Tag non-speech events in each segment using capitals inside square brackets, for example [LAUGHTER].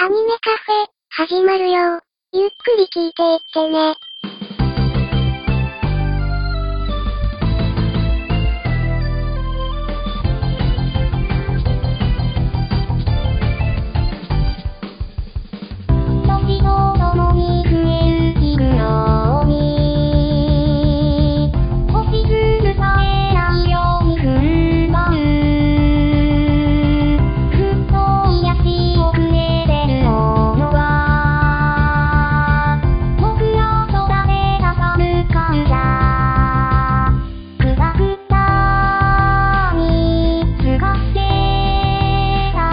アニメカフェ、始まるよ。ゆっくり聞いていってね。時とともに増える日のように星しずさえないように踏ん張るふっと癒し遅れてるものは僕ら空で挟む感謝くたくたにすがってた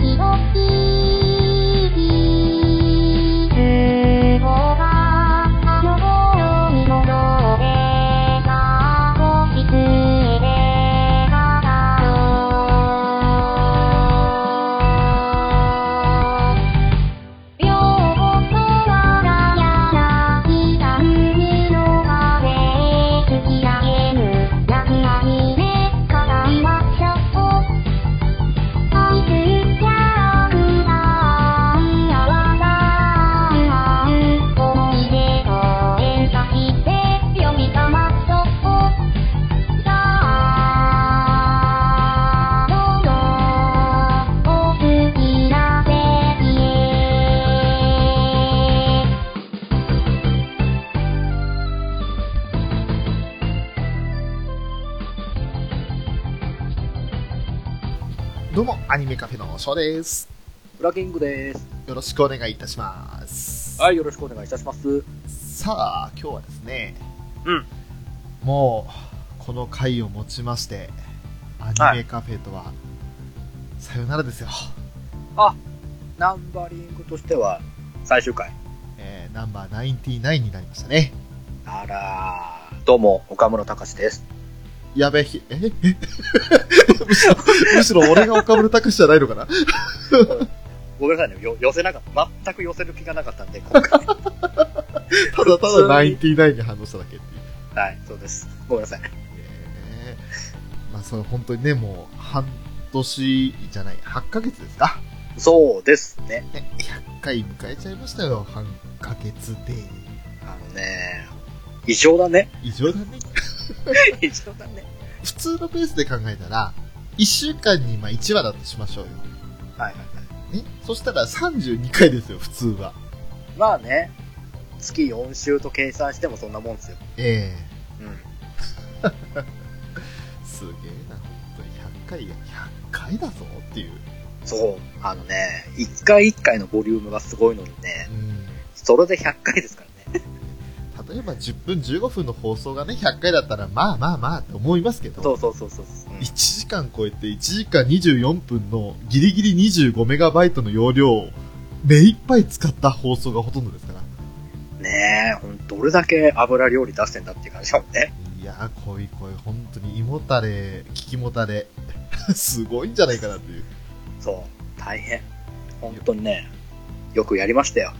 ひろきつぼがあの頃に戻ってた星つえで語ろう両言は柳田海の風突き上げる泣き網で語りましょう愛するキャラクターやわらかな思い出を演歌して呼び覚まそうさあどうぞお好きな席へどうも、アニメカフェの翔です。裏キングです。よろしくお願いいたします。はい、よろしくお願いいたします。さあ、今日はですね、うんもう、この回をもちまして、アニメカフェとは、さよならですよ。ナンバリングとしては最終回。えーナンバー99になりましたね。あらー。どうも、岡村隆史です。やべえひ、え [LAUGHS] えむしろ、むしろ俺が岡村拓史じゃないのかなごめんなさいね、よ寄せなかった。全く寄せる気がなかったんで、今 [LAUGHS] 回。ただただ99に反応しただけっていう。はい、そうです。ごめんなさい。えーまあ、それ本当にね、もう、半年じゃない、8ヶ月ですか。そうですね。ね、100回迎えちゃいましたよ、半ヶ月で。あのね、異常だね。異常だね。 [LAUGHS] 異常だね。普通のペースで考えたら、1週間にまあ1話だとしましょうよ。はいはいはい。ね、そしたら32回ですよ、普通は。まあね、月4週と計算してもそんなもんですよ。えうん。えすげえな、本当に100回や、100回だぞっていう。そう。あのね、1回1回のボリュームがすごいのにねう、ん。それで100回ですからね。例えば10分15分の放送がね、100回だったら、まあまあまあって思いますけど。そうそうそうそう。うん1時間超えて1時間24分のギリギリ25メガバイトの容量を目いっぱい使った放送がほとんどですから。ねえ、ほんと、どれだけ油料理出してんだっていう感じだもんね。いやー、こいこい、本当に胃もたれ、聞きもたれ、 [LAUGHS] すごいんじゃないかなっていう。そう、大変。ほんとにね、よくやりましたよ。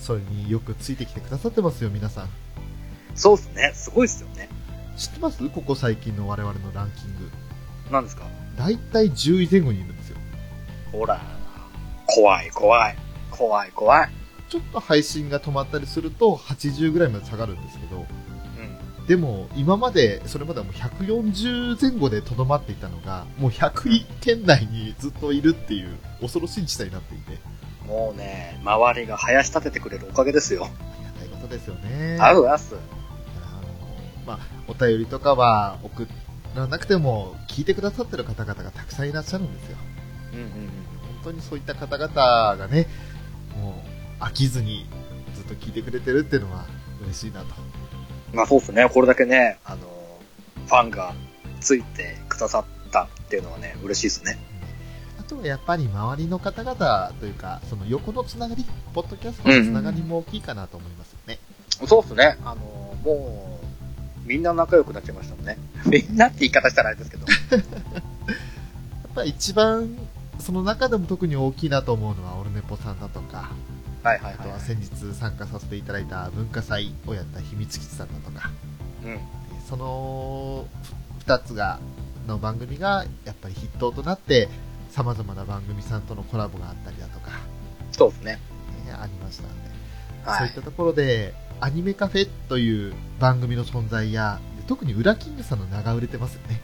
それによくついてきてくださってますよ、皆さん。そうっすね、すごいっすよね。知ってますここ最近の我々のランキング。なんですかだいたい10位前後にいるんですよ。ほら、怖い怖い、怖い怖い。ちょっと配信が止まったりすると80ぐらいまで下がるんですけど、うん。でも今までそれまではもう140前後でとどまっていたのがもう100位圏内にずっといるっていう恐ろしい事態になっていてもうね、周りが林立ててくれるおかげですよ。ありがたいことですよねあるあす。あのまあ、お便りとかは送らなくても聞いてくださってる方々がたくさんいらっしゃるんですようんうんうん。本当にそういった方々がねもう飽きずにずっと聞いてくれてるっていうのは嬉しいなとまあそうっすね、これだけね、あの、ファンがついてくださったっていうのはね、嬉しいっすね。あとはやっぱり周りの方々というか、その横のつながり、ポッドキャストのつながりも大きいかなと思いますよね。そうっすね。あの、もう、みんな仲良くなっちゃいましたもんね。 [LAUGHS] みんなって言い方したらあれ [LAUGHS] ですけど。やっぱり一番、その中でも特に大きいなと思うのは、オルネポさんだとか、はいはいあはといは。先日参加させていただいた文化祭をやった秘密基地さんだとか、うん。その2つが、の番組がやっぱり筆頭となって、様々な番組さんとのコラボがあったりだとか、そうですね。ねありましたんで、はそういいっ。たところで、アニメカフェという番組の存在や、特に裏キングさんの名が売れてますよね。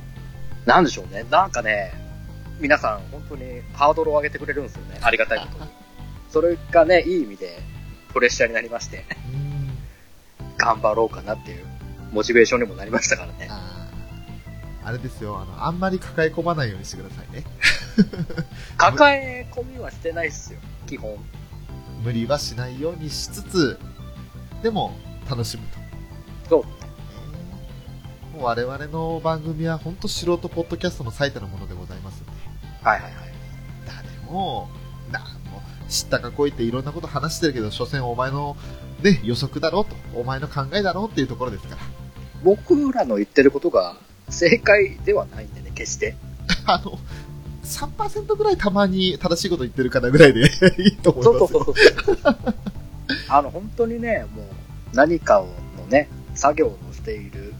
なんでしょうね。なんかね、皆さん本当にハードルを上げてくれるんですよね。ありがたいことに。それがね、いい意味でプレッシャーになりまして、うん頑張ろうかなっていうモチベーションにもなりましたからね。あーあれですよあの、あんまり抱え込まないようにしてくださいね。抱え込みはしてないっすよ。基本。無理はしないようにしつつ、でも楽しむと。そうでもう我々の番組は本当素人ポッドキャストの最たるものでございますんで、はいはいはい。誰も、なんも、知ったかこいていろんなこと話してるけど、所詮お前の、ね、予測だろうと、お前の考えだろうっていうところですから。僕らの言ってることが正解ではないんでね、決して。 [LAUGHS] あの、3%ぐらいたまに正しいこと言ってるかなぐらいでいいと思いますそよ。うそうそうそう。あの、本当にね、もう何かをのね、作業をしている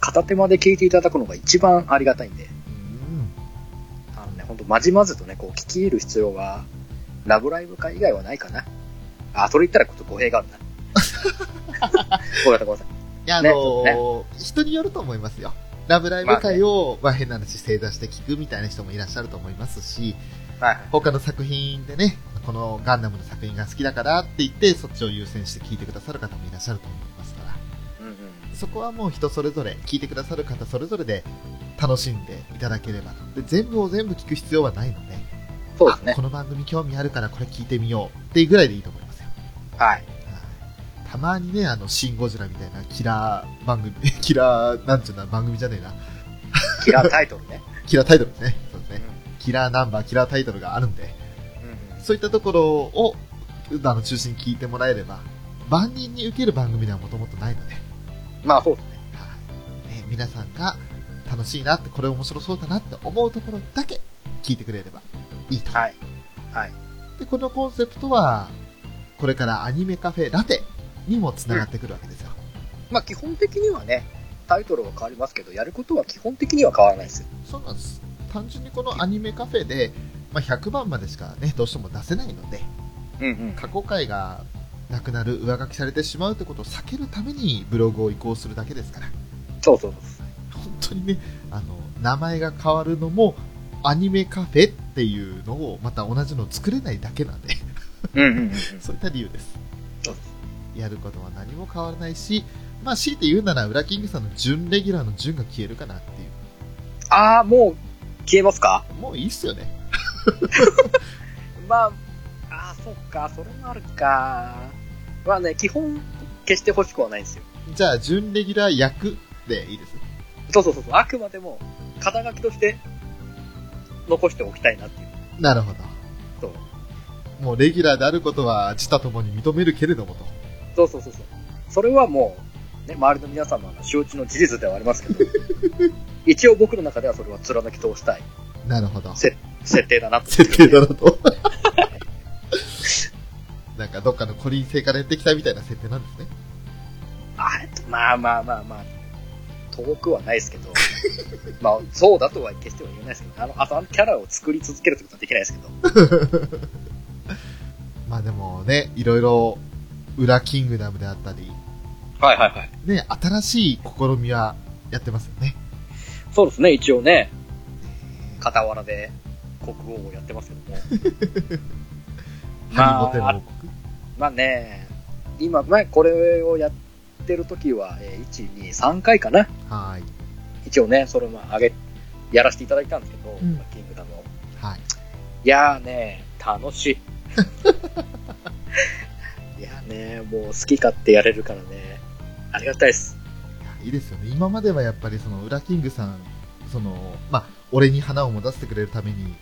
片手間で聞いていただくのが一番ありがたいんで、うんあのね、本当まじまずとね、こう聞き入る必要が、ラブライブ会以外はないかな。あ、それ言ったらちょっと語弊があるな。ごめんなさい、ごめんなさい。いや、あねのー人によると思いますよ。ラブライブ会を、まあ変な話正座して聞くみたいな人もいらっしゃると思いますし、はいはい。他の作品でね、このガンダムの作品が好きだからって言って、そっちを優先して聞いてくださる方もいらっしゃると思いますから、うんうん。そこはもう人それぞれ、聞いてくださる方それぞれで楽しんでいただければと。で、全部を全部聞く必要はないので、そうですあねこ。の番組興味あるからこれ聞いてみようっていうぐらいでいいと思いますよ。はい。はいたまにね、あの、シン・ゴジラみたいなキラー番組、 [LAUGHS] キラー、なんちゅうんだ、番組じゃねえな。キラータイトルね。キラータイトルですね。そうですうねん。キラーナンバー、キラータイトルがあるんで、うんうんそういったところを、あの、中心に聞いてもらえれば、万人に受ける番組ではもともとないので、はいまあそうですね。ね皆さんが楽しいなって、これ面白そうだなって思うところだけ聞いてくれればいいと。はい。はい。で、このコンセプトは、これからアニメカフェラテにも繋がってくるわけですよ。まあ基本的にはね、タイトルは変わりますけど、やることは基本的には変わらないですよ。そうなんです。単純にこのアニメカフェで、まあ、100番までしかね、どうしても出せないので、うんうん。過去回がなくなる、上書きされてしまうってことを避けるためにブログを移行するだけですから、そうそう本当にね、あの、名前が変わるのも、アニメカフェっていうのをまた同じの作れないだけなんで、 [LAUGHS] そう。うんうんうんうん。そういった理由ですそうで。やることは何も変わらないし、まあ、強いて言うなら、裏キングさんの準レギュラーの準が消えるかなっていう。ああ、もう消えますかもういいっすよね。まあ、ああ、そっか、それもあるか。まあね、基本、消してほしくはないんですよ。じゃあ、準レギュラー役でいいです。そうそうそうそう、あくまでも、肩書きとして、残しておきたいなっていう。なるほど。そうもうレギュラーであることは自他ともに認めるけれどもと。そうそうそうそう。それはもう、ね、周りの皆様の承知の事実ではありますけ [LAUGHS] ど、一応僕の中ではそれは貫き通したいなるほど。せ設定だなと思って設定るだなんでと。 [LAUGHS] なんかどっかのコリン星からやってきたみたいな設定なんですね。あえっとまあまあまあまあ、遠くはないですけど、 [LAUGHS] まあ、そうだとは決しては言えないですけど、あの、あのキャラを作り続けるってことはできないですけど、まあでもね、いろいろ、裏キングダムであったり、はいはいはい。ね、新しい試みはやってますよね。そうですね、一応ね、傍らで国王をやってますけども。 [LAUGHS] ハリボテの王国。まあね、今、まあ、これをやってる時は、えー1、2、3回かな。はーい。一応ね、それもあげ、やらせていただいたんですけど、んキングダムを。はい。いやーね、楽しい。いやーね、もう好き勝手やれるからね、ありがたいです。いいですよね。今まではやっぱりその、裏キングさん、その、まあ、俺に花を持たせてくれるために、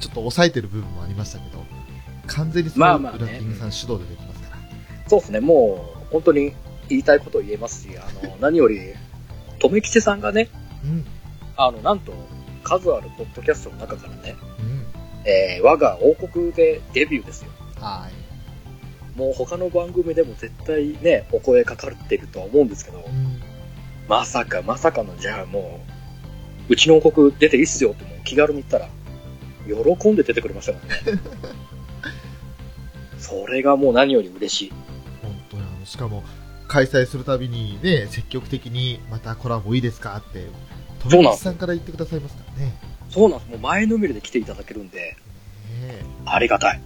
ちょっと抑えてる部分もありましたけど、完全にそまの、あまあね裏キングさん主導でできますから。そうですね、もう本当に言いたいことを言えますし、あの何より、留吉さんがね、うん。あのなんと数あるポッドキャストの中からね、うん。えー我が王国でデビューですよ。はもう他の番組でも絶対ね、お声かかってるとは思うんですけどい。う、ん。まさかまさかの、じゃあもう、うちの王国出ていいっすよ [LAUGHS] ってもう気軽に言ったら、喜んで出てくれましたからね。それがもう何より嬉しい。本当にあの、しかも、開催するたびにね、積極的に、またコラボいいですかって、そう富なん吉さんから言ってくださいますからね。ねそうなんです。もう前のめりで来ていただけるんで、えありがたい。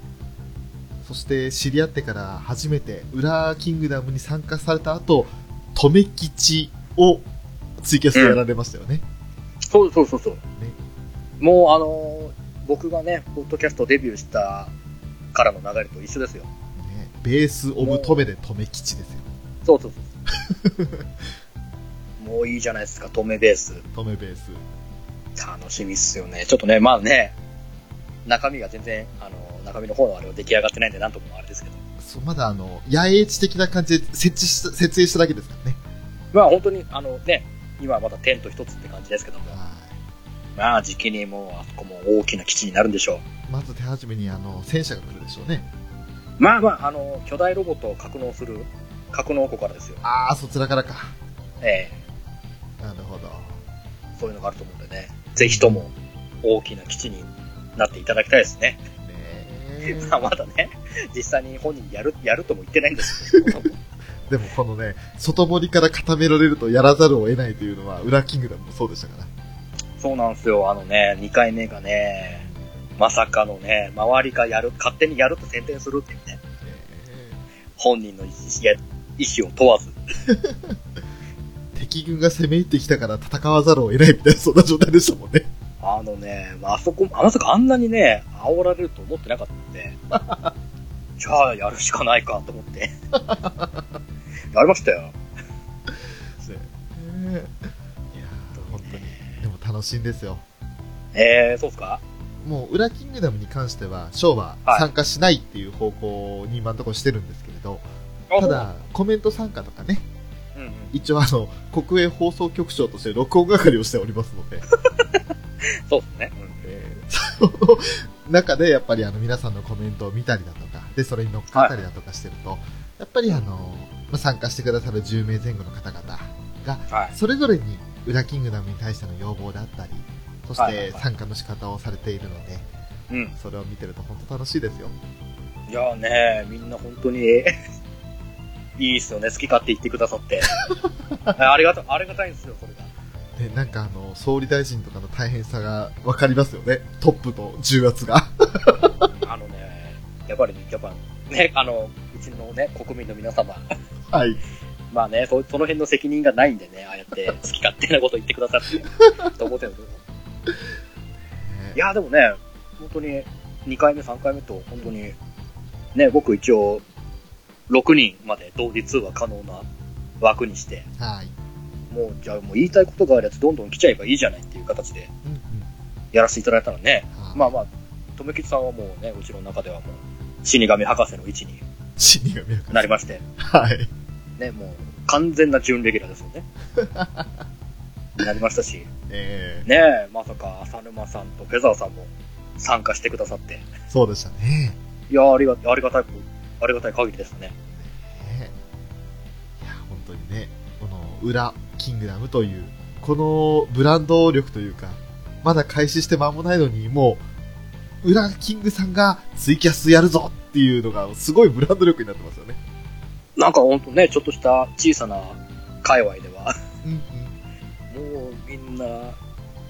そして、知り合ってから初めて、裏キングダムに参加された後、留吉をツイキャスでやられましたよね。そうそうそうそう。もうあのー僕がね、ポッドキャストデビューしたからの流れと一緒ですよ。ねベースオブトメで留吉ですよ。そうそうそう。 [LAUGHS] もういいじゃないですか、止めベース。トメベース。楽しみっすよね。ちょっとね、まあね、中身が全然、あの、中身の方のあれは出来上がってないんで、なんともあれですけど。そうまだあの、野営地的な感じで設置した、設営しただけですからね。まあ本当に、あのね、今はまだテント一つって感じですけども、はい。まあ時期にもう、あそこも大きな基地になるんでしょう。まず手始めにあの戦車が来るでしょうね。まあまあ、あの、巨大ロボットを格納する、格納庫からですよ。ああ、そちらからか。えなるほど。えそういうのがあると思うんでね、ぜひとも大きな基地になっていただきたいですね。ねえ [LAUGHS] まあまだね、実際に本人やる、やるとも言ってないんですけど、でもこのね、外堀から固められるとやらざるを得ないというのは、裏キングダムもそうでしたから。そうなんですよ。あのね、2回目がね、まさかのね、周りがやる、勝手にやると宣伝するっていうね、ね本人の意思や意思を問わず。え敵軍が攻め入ってきたから戦わざるを得ないみたいな、そんな状態でしたもんね。あのね、まああそこ、あまさかあんなにね、煽られると思ってなかったんで、 [LAUGHS] じゃあやるしかないかと思って。 [LAUGHS] やりましたよ。ねえ [LAUGHS] いやー本当に。でも楽しいんですよ。えー、そうっすかもう、裏キングダムに関しては、ショーは参加しないっていう方向に今のところしてるんですけれど、あただ、コメント参加とかね、そううんうん、一応あの、国営放送局長として録音係をしております [LAUGHS] ので、そうっすね。うんえーその中でやっぱりあの皆さんのコメントを見たりだとか、で、それに乗っかったりだとかしてると、やっぱりあの、まあ参加してくださる10名前後の方々が、はい。それぞれに裏キングダムに対しての要望であったり、そしはいはいてはい参加の仕方をされているので、うん。それを見てると本当楽しいですよ。いやーね、みんな本当に、 [LAUGHS] いいっすよね、好き勝手言ってくださって。 [LAUGHS] あありがたい、ありがたいんですよ、それが。で、なんかあの、総理大臣とかの大変さがわかりますよね。トップと重圧 [LAUGHS] が。あのね、やっぱり、やっぱ、ね、あの、うちのね、国民の皆様、 [LAUGHS] はい。まあね、そその辺の責任がないんでね、ああやって好き勝手なこと言ってくださって、と思ってるんですけど。いや、でもね、本当に、2回目、3回目と、本当に、ね、僕一応、6人まで同時通話可能な枠にして、はい。もう、じゃあもう言いたいことがあるやつ、どんどん来ちゃえばいいじゃないっていう形で、うんうん。やらせていただいたらね、はいまあまあ、留吉さんはもうね、うちの中ではもう、死神博士の位置に [LAUGHS] 死神博士なりまして、はい。ね、もう完全な準レギュラーですよね。 [LAUGHS] なりましたし、えねえ、まさか浅沼さんとフェザーさんも参加してくださって、ー、そうでしたね。いやあ、ありが、ありがたい、ありがたい限りですね。ねいや、本当にね、この裏、キングダムという、このブランド力というか、まだ開始して間もないのに、もう、裏キングさんがツイキャスやるぞっていうのが、すごいブランド力になってますよね。なんかほんとね、ちょっとした小さな界隈では、 [LAUGHS] うんうん。もうみんな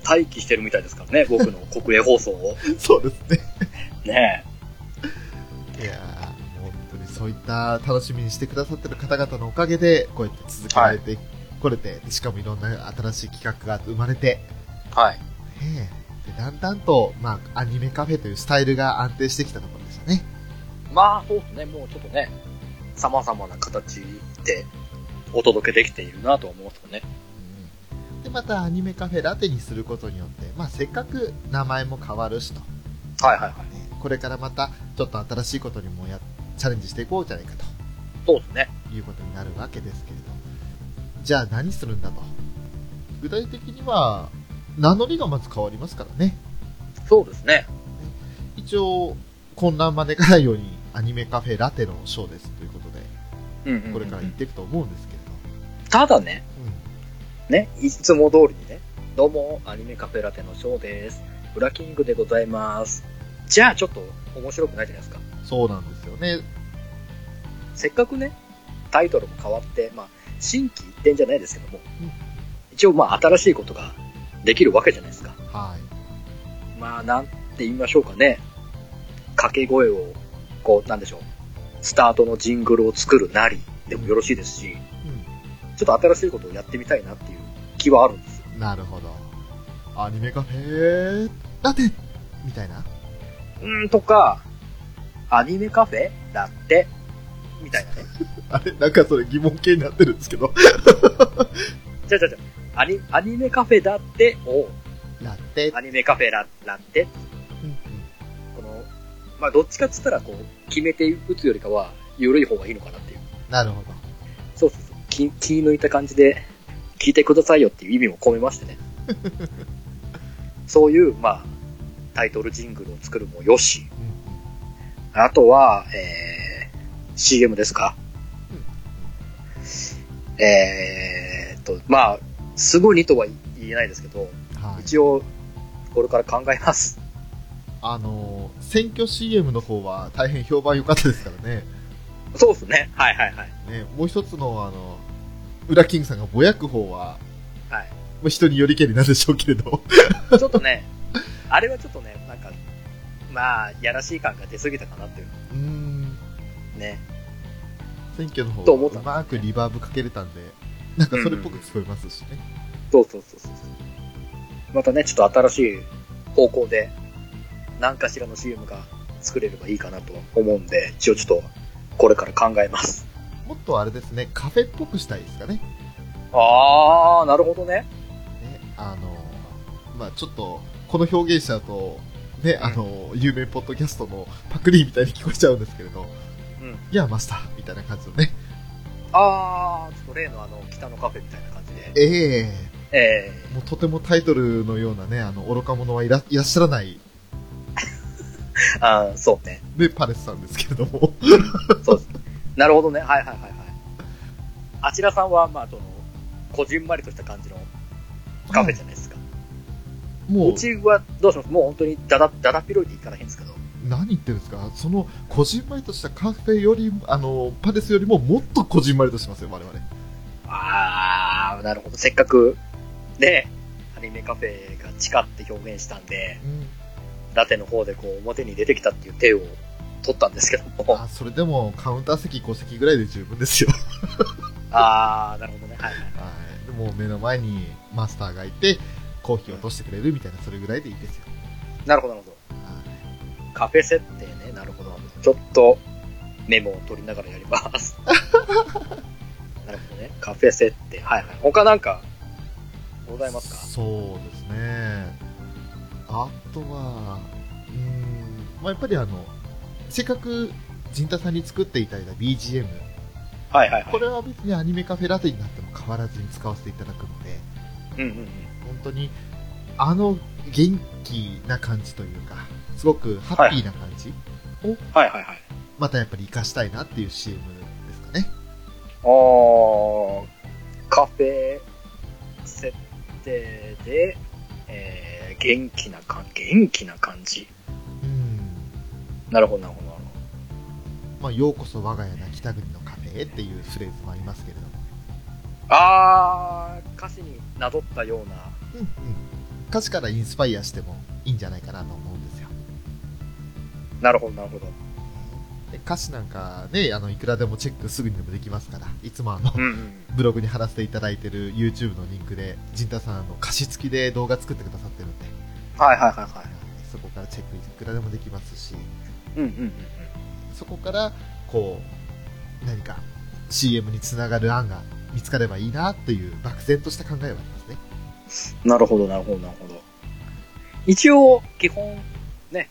待機してるみたいですからね、僕 [LAUGHS] の国営放送を。そうですね。ねいやー本当にそういった楽しみにしてくださってる方々のおかげで、こうやって続けられてこれて、しかもいろんな新しい企画が生まれて、え。はい。ねえでだんだんと、まあ、アニメカフェというスタイルが安定してきたところでしたね。まあそうですね、もうちょっとね、様々な形でお届けできているなとは思いますよね。で、またアニメカフェラテにすることによって、まあ、せっかく名前も変わるしと、ね、はいはいはい。これからまたちょっと新しいことにもやチャレンジしていこうじゃないかそうですね。ということになるわけですけれど、じゃあ何するんだと。具体的には、名乗りがまず変わりますからね。そうですね。一応、混乱招かないようにアニメカフェラテのショーですということで、うんうんうんうんこれから行っていくと思うんですけれど。ただね、うんね、いつも通りにね、どうも、アニメカフェラテのショーです。ブラキングでございます。じゃあ、ちょっと面白くないじゃないですか。そうなんですよね。せっかくね、タイトルも変わって、まあ、新規一点じゃないですけども、一応まあ、新しいことができるわけじゃないですか。はい。まあ、なんて言いましょうかね。掛け声を、こう、なんでしょう。スタートのジングルを作るなりでもよろしいですし、ちょっと新しいことをやってみたいなっていう気はあるんですよ。うん。なるほど。アニメカフェラテみたいな。うーん、とか、アニメカフェだって、みたいなね。 [LAUGHS] あれなんかそれ疑問形になってるんですけど。じゃあじゃあじゃあアニ、アニメカフェだってを、ラテ。アニメカフェララって、うんうんこの、まあ、どっちかっつったら、こう、決めて打つよりかは、緩い方がいいのかなっていう。なるほど。そうそうそう。気、気抜いた感じで、聞いてくださいよっていう意味も込めましてね。そういう、まあ、タイトルジングルを作るもよし。うんうんあとは、えー、CM ですか、えーっと、まあ、すぐにとは言えないですけど、はい。一応、これから考えます。 [LAUGHS] あのー、選挙 CM の方は大変評判良かったですからね。そうですね。はいはいはい。ね、もう一つのあの、裏キングさんがぼやく方は、はい。まあ人によりけりなんでしょうけれど。ちょっとね、 [LAUGHS] あれはちょっとね、なんか、まあ、やらしい感が出すぎたかなっていううーん。ね。選挙の方と思ったはうまくリバーブかけれたんで、なんかそれっぽく聞こえますしね。そうそうそうそう。またね、ちょっと新しい方向で、何かしらの CM が作れればいいかなと思うんで、一応ちょっと、これから考えます。もっとあれですね、カフェっぽくしたいですかね。あー、なるほどね。ね、あの、まあちょっと、この表現しちゃうと、ね、あの、有名ポッドキャストのパクリみたいに聞こえちゃうんですけれど、うんいや、マスターみたいな感じのね、あー、ちょっと例のあの、北のカフェみたいな感じで。えええもうとてもタイトルのようなね、あの、愚か者はいらいらっしゃらない、ー、あー、そうね。ね、パレスさんですけれども、そうです。なるほどね。はいはいはいはい。あちらさんは、まあ、その、こじんまりとした感じのカフェじゃないですか。もうう、ちはどうしますもう本当にだだ、だだっ広いでいかないんですけど。何言ってるんですかその、こじんまりとしたカフェより、あの、パレスよりももっとこじんまりとしてますよ、我々。あー、なるほど。せっかく、ね、アニメカフェが地下って表現したんで、うん。ラテの方でこう表に出てきたっていう手を取ったんですけども。あ、それでも、カウンター席5席ぐらいで十分ですよ。あー、なるほどね。はいはい。はい、でも目の前にマスターがいてコーヒーを落としてくれるみたいなそれぐらいでいいですよ、なるほどなるほど。はいカフェ設定ね。なるほど。ちょっとメモを取りながらやり [LAUGHS] ます。なるほどね。カフェ設定。はいはい。他なんか、ございますかそうですねあとはうーん、まあ、やっぱりあのせっかく陣太さんに作っていただいた BGM はいはいはい。これは別にアニメカフェラテになっても変わらずに使わせていただくのでうんうんうん。本当にあの元気な感じというかすごくハッピーな感じ、はいはいはい。またやっぱり活かしたいなっていう CM ですかねあーカフェ設定で、えー元気な感じ、元気な感じ。うんなるほど、なるほど、なるまあ、ようこそ我が家な北国のカフェへっていうフレーズもありますけれども、ほど。あー、歌詞になぞったような。うんうん、歌詞からインスパイアしてもいいんじゃないかなと思うんですよ。なるほど、なるほど。で歌詞なんかね、あの、いくらでもチェックすぐにでもできますから、いつもあのう、んうん。ブログに貼らせていただいてる YouTube のリンクで、陣太さん、あの、歌詞付きで動画作ってくださってるんで、はいはいはいはい。そこからチェックいくらでもできますし、うんうんうんうん。そこから、こう、何か CM につながる案が見つかればいいなっていう漠然とした考えはありますね。なるほど、なるほど、なるほど。一応、基本、ね、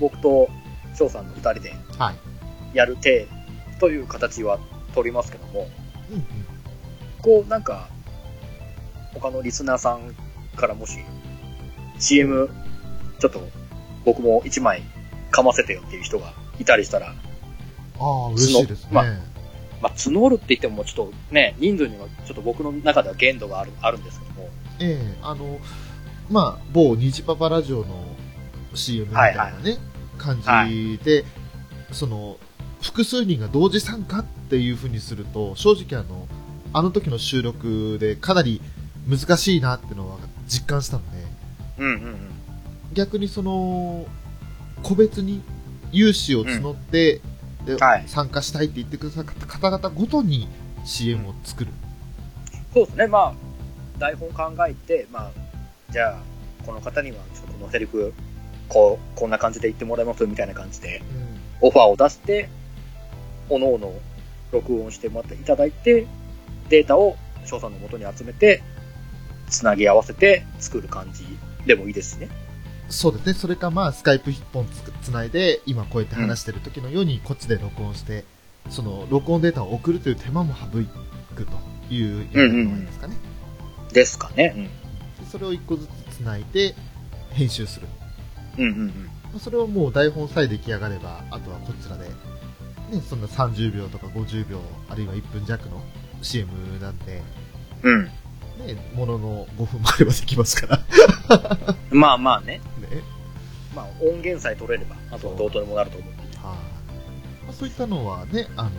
僕と翔さんの二人ではい。やる手という形は取りますけども、うんうん。こう、なんか、他のリスナーさんからもし、CM、ちょっと、僕も一枚噛ませてよっていう人がいたりしたら、ああ、嬉しいですね。ままあ、募るって言っても、ちょっとね、人数にはちょっと僕の中では限度がある、あるんですけども、ええあの、まあ、某ニジパパラジオの CM みたいなね、はい感じで、その、複数人が同時参加っていう風にすると、正直あの、あの時の収録でかなり難しいなってのは実感したので、うんうんうん。逆にその、個別に融資を募って、ではい参加したいって言ってくださった方々ごとに CM を作る。そうですね、まあ、台本考えて、まあ、じゃあ、この方には、ちょっとこのセリフ、こう、こんな感じで言ってもらいますみたいな感じで、オファーを出して、おのおの録音してもらっていただいて、データを翔さんの元に集めて、つなぎ合わせて作る感じでもいいですしね。そうですね。それかまあ、スカイプ一本つくつないで、今こうやって話してる時のように、こっちで録音して、その、録音データを送るという手間も省くというやり方もいいですかね。ですかね。でそれを一個ずつつないで、編集する。うん。うんうんうん。まあそれをもう台本さえ出来上がれば、あとはこちらで、ね、そんな30秒とか50秒、あるいは1分弱の CM なんで、うん。ね、ものの5分もあればできますから。 [LAUGHS] まあまあね。ね。まあ音源さえ取れれば、あとはどうとでもなると思う。はい、まあそういったのはね、あの、ま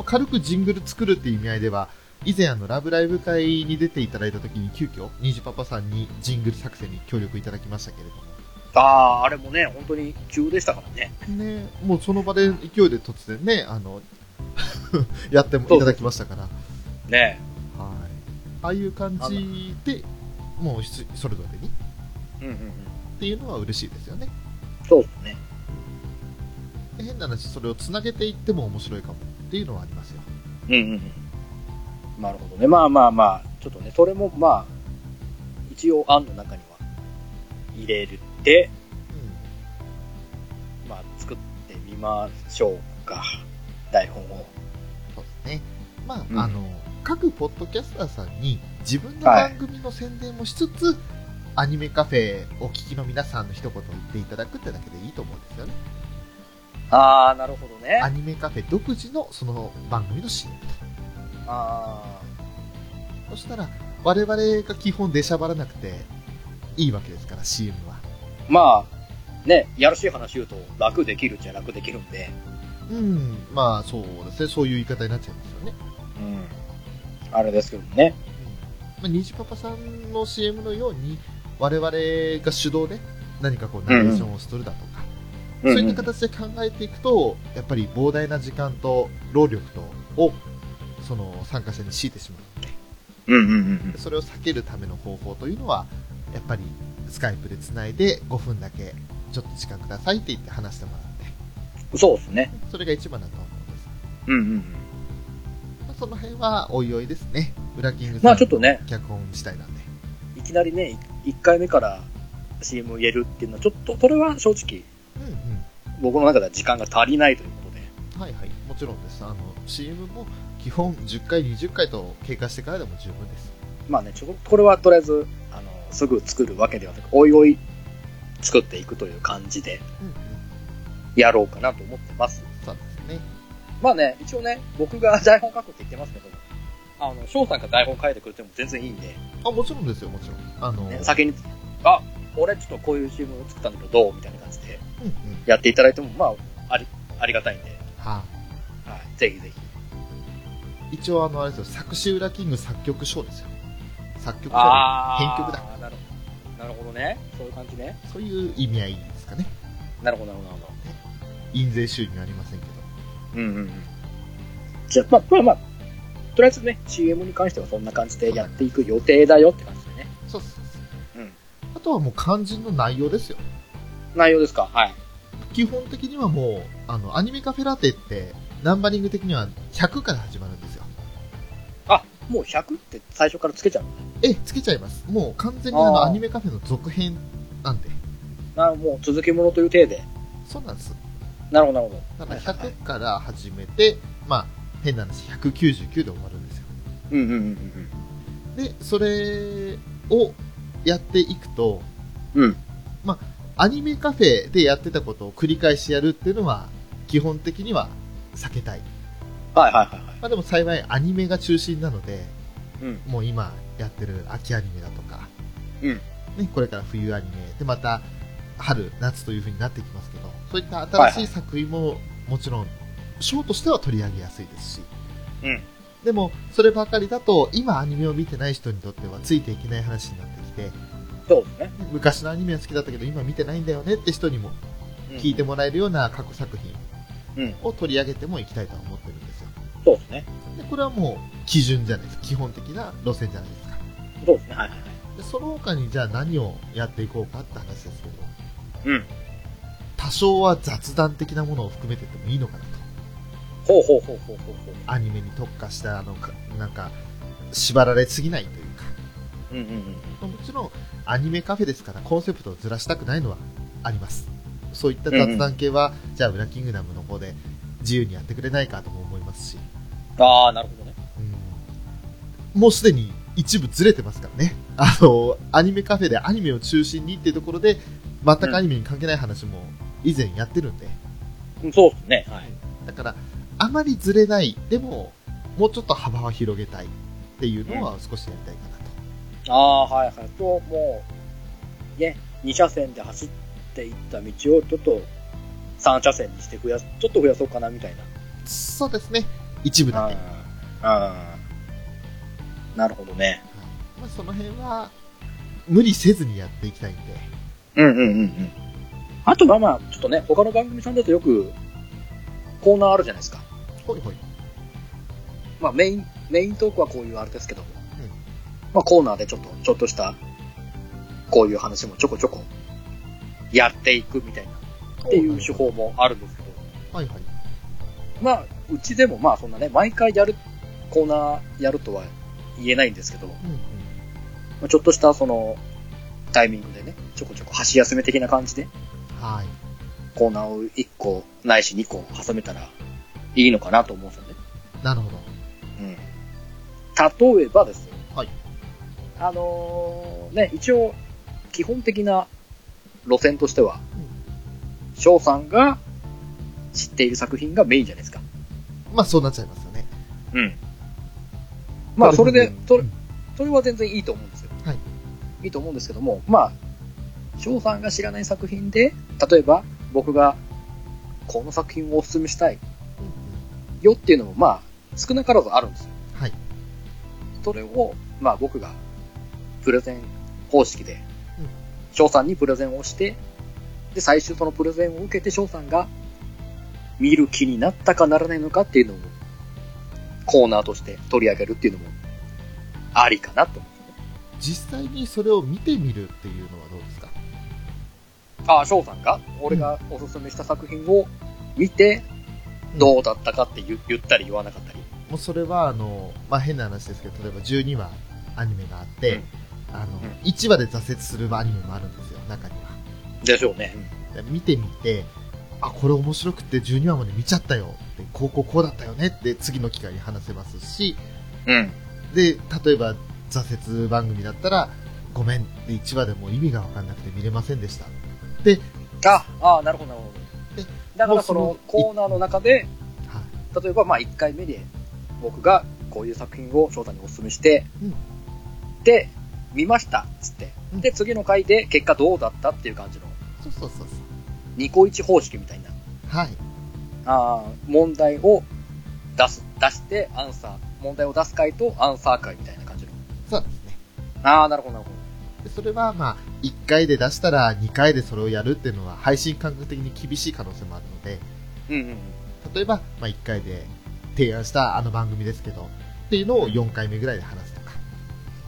あ軽くジングル作るっていう意味合いでは、以前あの、ラブライブ会に出ていただいた時に急遽、ニジパパさんにジングル作成に協力いただきましたけれどああ、あれもね、本当に急でしたからね。も、ね、もうその場で勢いで突然ね、あの、 [LAUGHS] やってもいただきましたから、はい。ねああいう感じで、もうしそれぞれにっえ。うんうんうん。ていうのは嬉しいですよね。そうですね。で変な話、それを繋げていっても面白いかもっていうのはありますよ。うんうんうん。なるほどね。まあまあまあ、ちょっとね、それもまあ、一応案の中には入れるで、うんまあ作ってみましょうか。台本を。そうですね。まあ、うんあの、各ポッドキャスターさんに自分の番組の宣伝もしつつ、アニメカフェお聞きの皆さんの一言を言っていただくってだけでいいと思うんですよね。ああ、なるほどね。アあニメカフェ独自のその番組の CM あと。そしたら、我々が基本出しゃばらなくていいわけですから、CM は。ー。まあ、ね、やらしい話言うと楽できるっちゃ楽できるんで。うん、まあそうですね、そういう言い方になっちゃいますよね。うん。あれですけどね。まあ、虹パパさんの CM のように、我々が主導で何かこうナレーションをするだとか、そういったうんうん形で考えていくと、やっぱり膨大な時間と労力とをその参加者に強いてしまうのでうんうんうんで、それを避けるための方法というのは、やっぱりスカイプでつないで5分だけちょっと時間くださいって言って話してもらって、うん。そうですね。それが一番だと思うんです。うんうんうん。まあ、その辺はおいおいですね。裏キングまさあんちょっとねの脚本次第なんで。いきなりね、1回目から CM を入れるっていうのは、ちょっと、それは正直、うんうん。僕の中では時間が足りないということで。はいはい、もちろんです。あの、CM も基本10回、20回と経過してからでも十分です。まあね、ちょこれはとりあえず、あの、すぐ作るわけではなく、おいおい作っていくという感じでうんうん。やろうかなと思ってます。そうですね。まあね、一応ね、僕が [LAUGHS] 台本書くって言ってますけど、あの、翔さんが台本書いてくれても全然いいんで、あ、もちろんですよ、もちろん。あの、ね、先に、あ、俺ちょっとこういう CM を作ったんだけど、どうみたいな感じでうんうん。やっていただいても、まあ、あり、ありがたいんで、ははい、ぜひぜひ。い。一応、あの、あれですよ、作詞裏キング作曲賞ですよ。作曲賞。あ編曲だ。なるなるほどね。そういう感じね。そういう意味合いですかね。なるほど、なるほど、なるほ印税収入はありませんけど。ど。うんうんうん。じゃあ、まあ、まあ、まあ、とりあえずね、CM に関してはそんな感じでやっていく予定だよって感じでね。そうそうそう。うんあとはもう肝心の内容ですよ。内容ですかはい。基本的にはもう、あの、アニメカフェラテって、ナンバリング的には100から始まるんですよ。あ、もう100って最初からつけちゃうのね。ええ、つけちゃいます。もう完全にあのあーアニメカフェの続編なんで。なもう続きものという体で。そうなんです。なるほど、なるだかほど。らはいはいはい100から始めて、まあ、変な話、199で終わるんですよ。うんうんうんで、それをやっていくと、うん。うん。アニメカフェでやってたことを繰り返しやるっていうのは、基本的には避けたい。はいはいはいはい。まあでも幸いアニメが中心なので、うん。もう今やってる秋アニメだとか、うんね、これから冬アニメ、でまた春、夏という風になってきますけど、そういったはい新しい作品ももちろんショーとしては取り上げやすいですし、うんでもそればかりだと今アニメを見てない人にとってはついていけない話になってきてそうですね。昔のアニメは好きだったけど今見てないんだよねって人にもうん聞いてもらえるような過去作品うん。を取り上げてもいきたいとは思ってるんですよそうですね。でこれはもう基準じゃないです基本的な路線じゃないですかそうですね。はいはいはい。でその他にじゃあ何をやっていこうかって話ですけどうん。多少は雑談的なものを含めてってもいいのかなとほうほうほうほうほうほアニメに特化したあのかなんか縛られすぎないというかう。うんうんうまん。あもちろんアニメカフェですからコンセプトをずらしたくないのはありますそういった雑談系は、じゃあ「ウラキングダム」の方で自由にやってくれないかとも思いますし、ああ、なるほどね。うん、もうすでに一部ずれてますからねあのアニメカフェでアニメを中心にっていうところで全くアニメに関係ない話も以前やってるんで、うんそうですね。はい。だからあまりずれないでももうちょっと幅は広げたいっていうのは少しやりたいかなと、ああ、はいはい。と、もう、ね、2車線で走っていった道をちょっと3車線にして増やす、ちょっと増やそうかなみたいな。そうですね一部だあけ、あ。ああ。なるほどね。まあ、その辺は無理せずにやっていきたいんで、うんうんうんうん。あとはまあ、ちょっとね、他の番組さんだとよく、コーナーあるじゃないですか。ほいほい。まあメイン、メイントークはこういうあれですけども、まあコーナーでちょっと、ちょっとした、こういう話もちょこちょこ、やっていくみたいな、っていう手法もあるんですけど、はいはい。まあ、うちでもまあそんなね、毎回やる、コーナーやるとは言えないんですけど、まうんうん。あちょっとしたその、タイミングでね、ちょこちょこ箸休め的な感じで、はい。コーナーを1個、ないし2個挟めたらいいのかなと思うんですよね。なるほど。うん。例えばですよ。はい。あのーね、一応、基本的な路線としては、翔さんが知っている作品がメインじゃないですか。まあそうなっちゃいますよね。うん。まあ、それで、それうん、それは全然いいと思うんですよ。はい。いいと思うんですけども、まあ、翔さんが知らない作品で、例えば僕がこの作品をお勧めしたいよっていうのも、まあ、少なからずあるんですよ。はい。それを、まあ僕がプレゼン方式でうん、翔さんにプレゼンをして、で、最終そのプレゼンを受けて翔さんが見る気になったかならないのかっていうのをコーナーとして取り上げるっていうのもありかなと。実際にそれを見てみるっていうのはどうですかああ、翔さんが俺がおすすめした作品を見てどうだったかって言言ったり言わなかったり。もうそれは、あの、まあ変な話ですけど、例えば12話アニメがあって、あの、うん1話で挫折するアニメもあるんですよ、中には。でしょうね。で見てみて、あ、これ面白くて12話まで見ちゃったよって、こうこうこうだったよねって次の機会に話せますし、うん。で例えば挫折番組だったら「ごめん」って1話でもう意味が分かんなくて見れませんでしたあ、ああ、なるほど、なるほどえ。だかもらうそそののコーナーの中で、はい例えばまあ1回目で僕がこういう作品を翔太にお勧めして、うんで、見ましたっつって。うんで、次の回で結果どうだったっていう感じのそうそうそうそニコイチ方式みたいな、うはいあー問題を出す、出してアンサー、問題を出す回とアンサー回みたいな感じの。そうですねああ、なるほど、なるほど。でそれはまあ1回で出したら2回でそれをやるっていうのは配信感覚的に厳しい可能性もあるのでうんうんうん。例えば、まあ、1回で提案したあの番組ですけどっていうのを4回目ぐらいで話すとか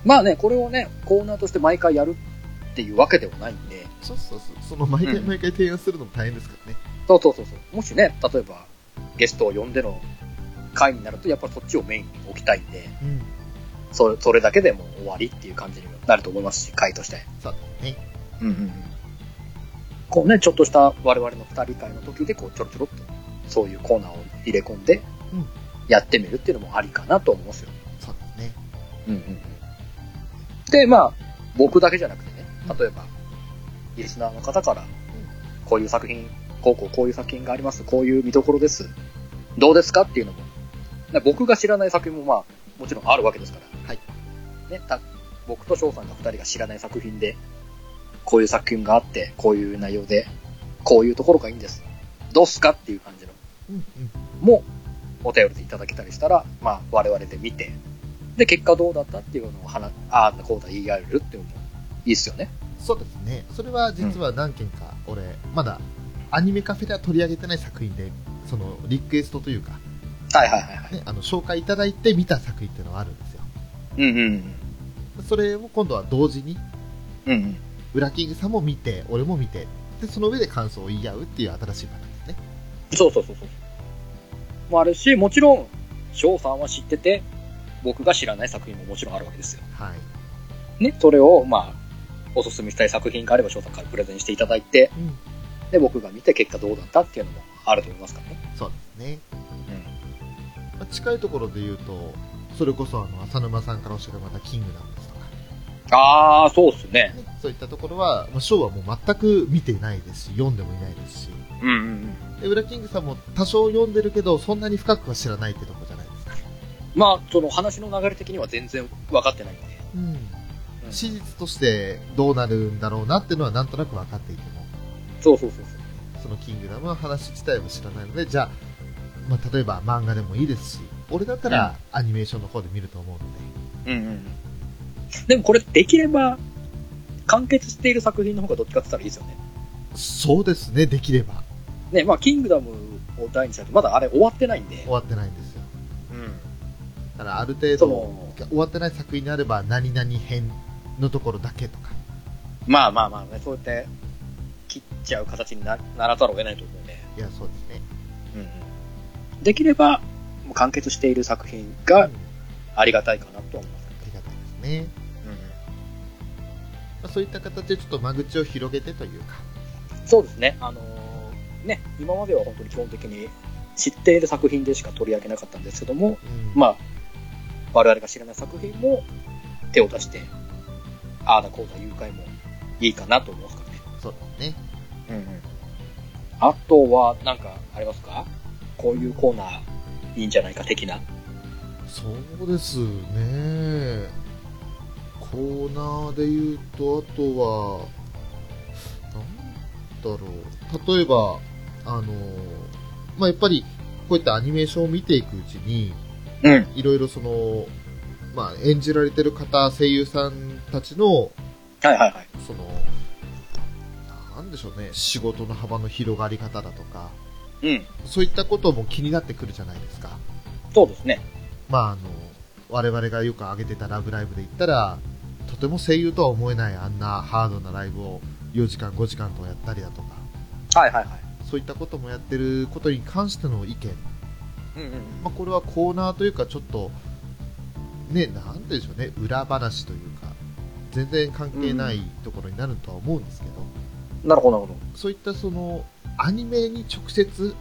まあね、これをね、コーナーとして毎回やるっていうわけではないんで、そうそうそうその毎回うん毎回提案するのも大変ですからね、そうそうそうそう。もしね、例えば、ゲストを呼んでの回になると、やっぱりそっちをメインに置きたいんで、うん、それそれだけでもう終わりっていう感じになると思いますし、回として。そうですねうんうんうん。こうね、ちょっとした我々の二人会の時で、こう、ちょろちょろっと、そういうコーナーを入れ込んでうん、やってみるっていうのもありかなと思いますよ。そうですねうんうんうん。で、まあ、僕だけじゃなくてね、例えば、リスナーの方から、こういう作品、こうこうこういう作品があります、こういう見どころです、どうですかっていうのも、ね僕が知らない作品もまあ、もちろんあるわけですから、はい。ね、た僕と翔さんが二人が知らない作品で、こういう作品があって、こういう内容で、こういうところがいいんです。どうっすかっていう感じのうんうんもお便りでいただけたりしたら、まあ、我々で見て、で、結果どうだったっていうのを話、ああ、こうだ言い合えるっていうのもいいっすよね。そうですね。それは実は何件か、俺、まだアニメカフェでは取り上げてない作品で、そのリクエストというか、はいはいはいはい。ね、あの紹介いただいて見た作品っていうのはあるんですよ。うんうんそれを今度は同時に、うん。うんうん。ウラキングさんも見て、俺も見て、で、その上で感想を言い合うっていう新しいパターンですね。そうそうそうそう。もあるし、もちろん、翔さんは知ってて、僕が知らない作品ももちろんあるわけですよ。はい。ね、それを、まあ、おすすめしたい作品があれば翔さんからプレゼンしていただいて、うんで、僕が見て結果どうだったっていうのもあると思いますからね。そうですね。まあ近いところで言うと、それこそあの、浅沼さんからおっしゃるまたキングダムですとか、あー、そうっすね。ね、そういったところは、まあ、ショーはもう全く見てないですし、読んでもいないですし、うんうんうん。で、ウラキングさんも多少読んでるけど、そんなに深くは知らないってとこじゃないですか。まあ、その話の流れ的には全然分かってないんで。うん。うん史実としてどうなるんだろうなっていうのはなんとなく分かっていても、そうそうそうそう。そのキングダムの話自体も知らないので、じゃあ、まあ、例えば漫画でもいいですし、俺だったらアニメーションの方で見ると思うので、うんうんうん。でもこれできれば、完結している作品の方がどっちかって言ったらいいですよね。そうですね、できれば。ね、まあ、キングダムを第二作、まだあれ終わってないんで。終わってないんですよ。うん。だからある程そ度、の、終わってない作品であれば、何々編のところだけとか、まあまあまあね、そうやって、切っちゃう形になならざるを得ないと思うんで。いや、そうですね。うんうん。できれば、もう完結している作品がうんありがたいかなとは思いますありがたいですね。けまあ、そういった形でちょっと間口を広げてというか、ど。そうですね。あのーね、今までは本当に基本的に知っている作品でしか取り上げなかったんですけども、うんまあ、我々が知らない作品も手を出して、ああだこうだ誘拐もいいかなと思いますからね。そうですね。うんうん。あとは、なんか、ありますかこういうコーナーいいんじゃないか的な。そうですね。コーナーで言うと、あとは、なんだろう。例えば、あの、まあ、やっぱり、こういったアニメーションを見ていくうちに、うん。いろいろその、まあ、演じられてる方、声優さんたちの、はいはいはい。その、なんでしょうね、仕事の幅の広がり方だとか、うん。そういったことも気になってくるじゃないですか。そうですね。まああの、我々がよく挙げてたラブライブで言ったら、とても声優とは思えないあんなハードなライブを4時間5時間とやったりだとか、はいはいはい。そういったこともやってることに関しての意見。うんうんうん。まあこれはコーナーというかちょっと、ね、なんて言うんでしょうね、裏話というか、全然関係ないところになるとは思うんですけど、なるほどなるほそういったその、アニメに直接、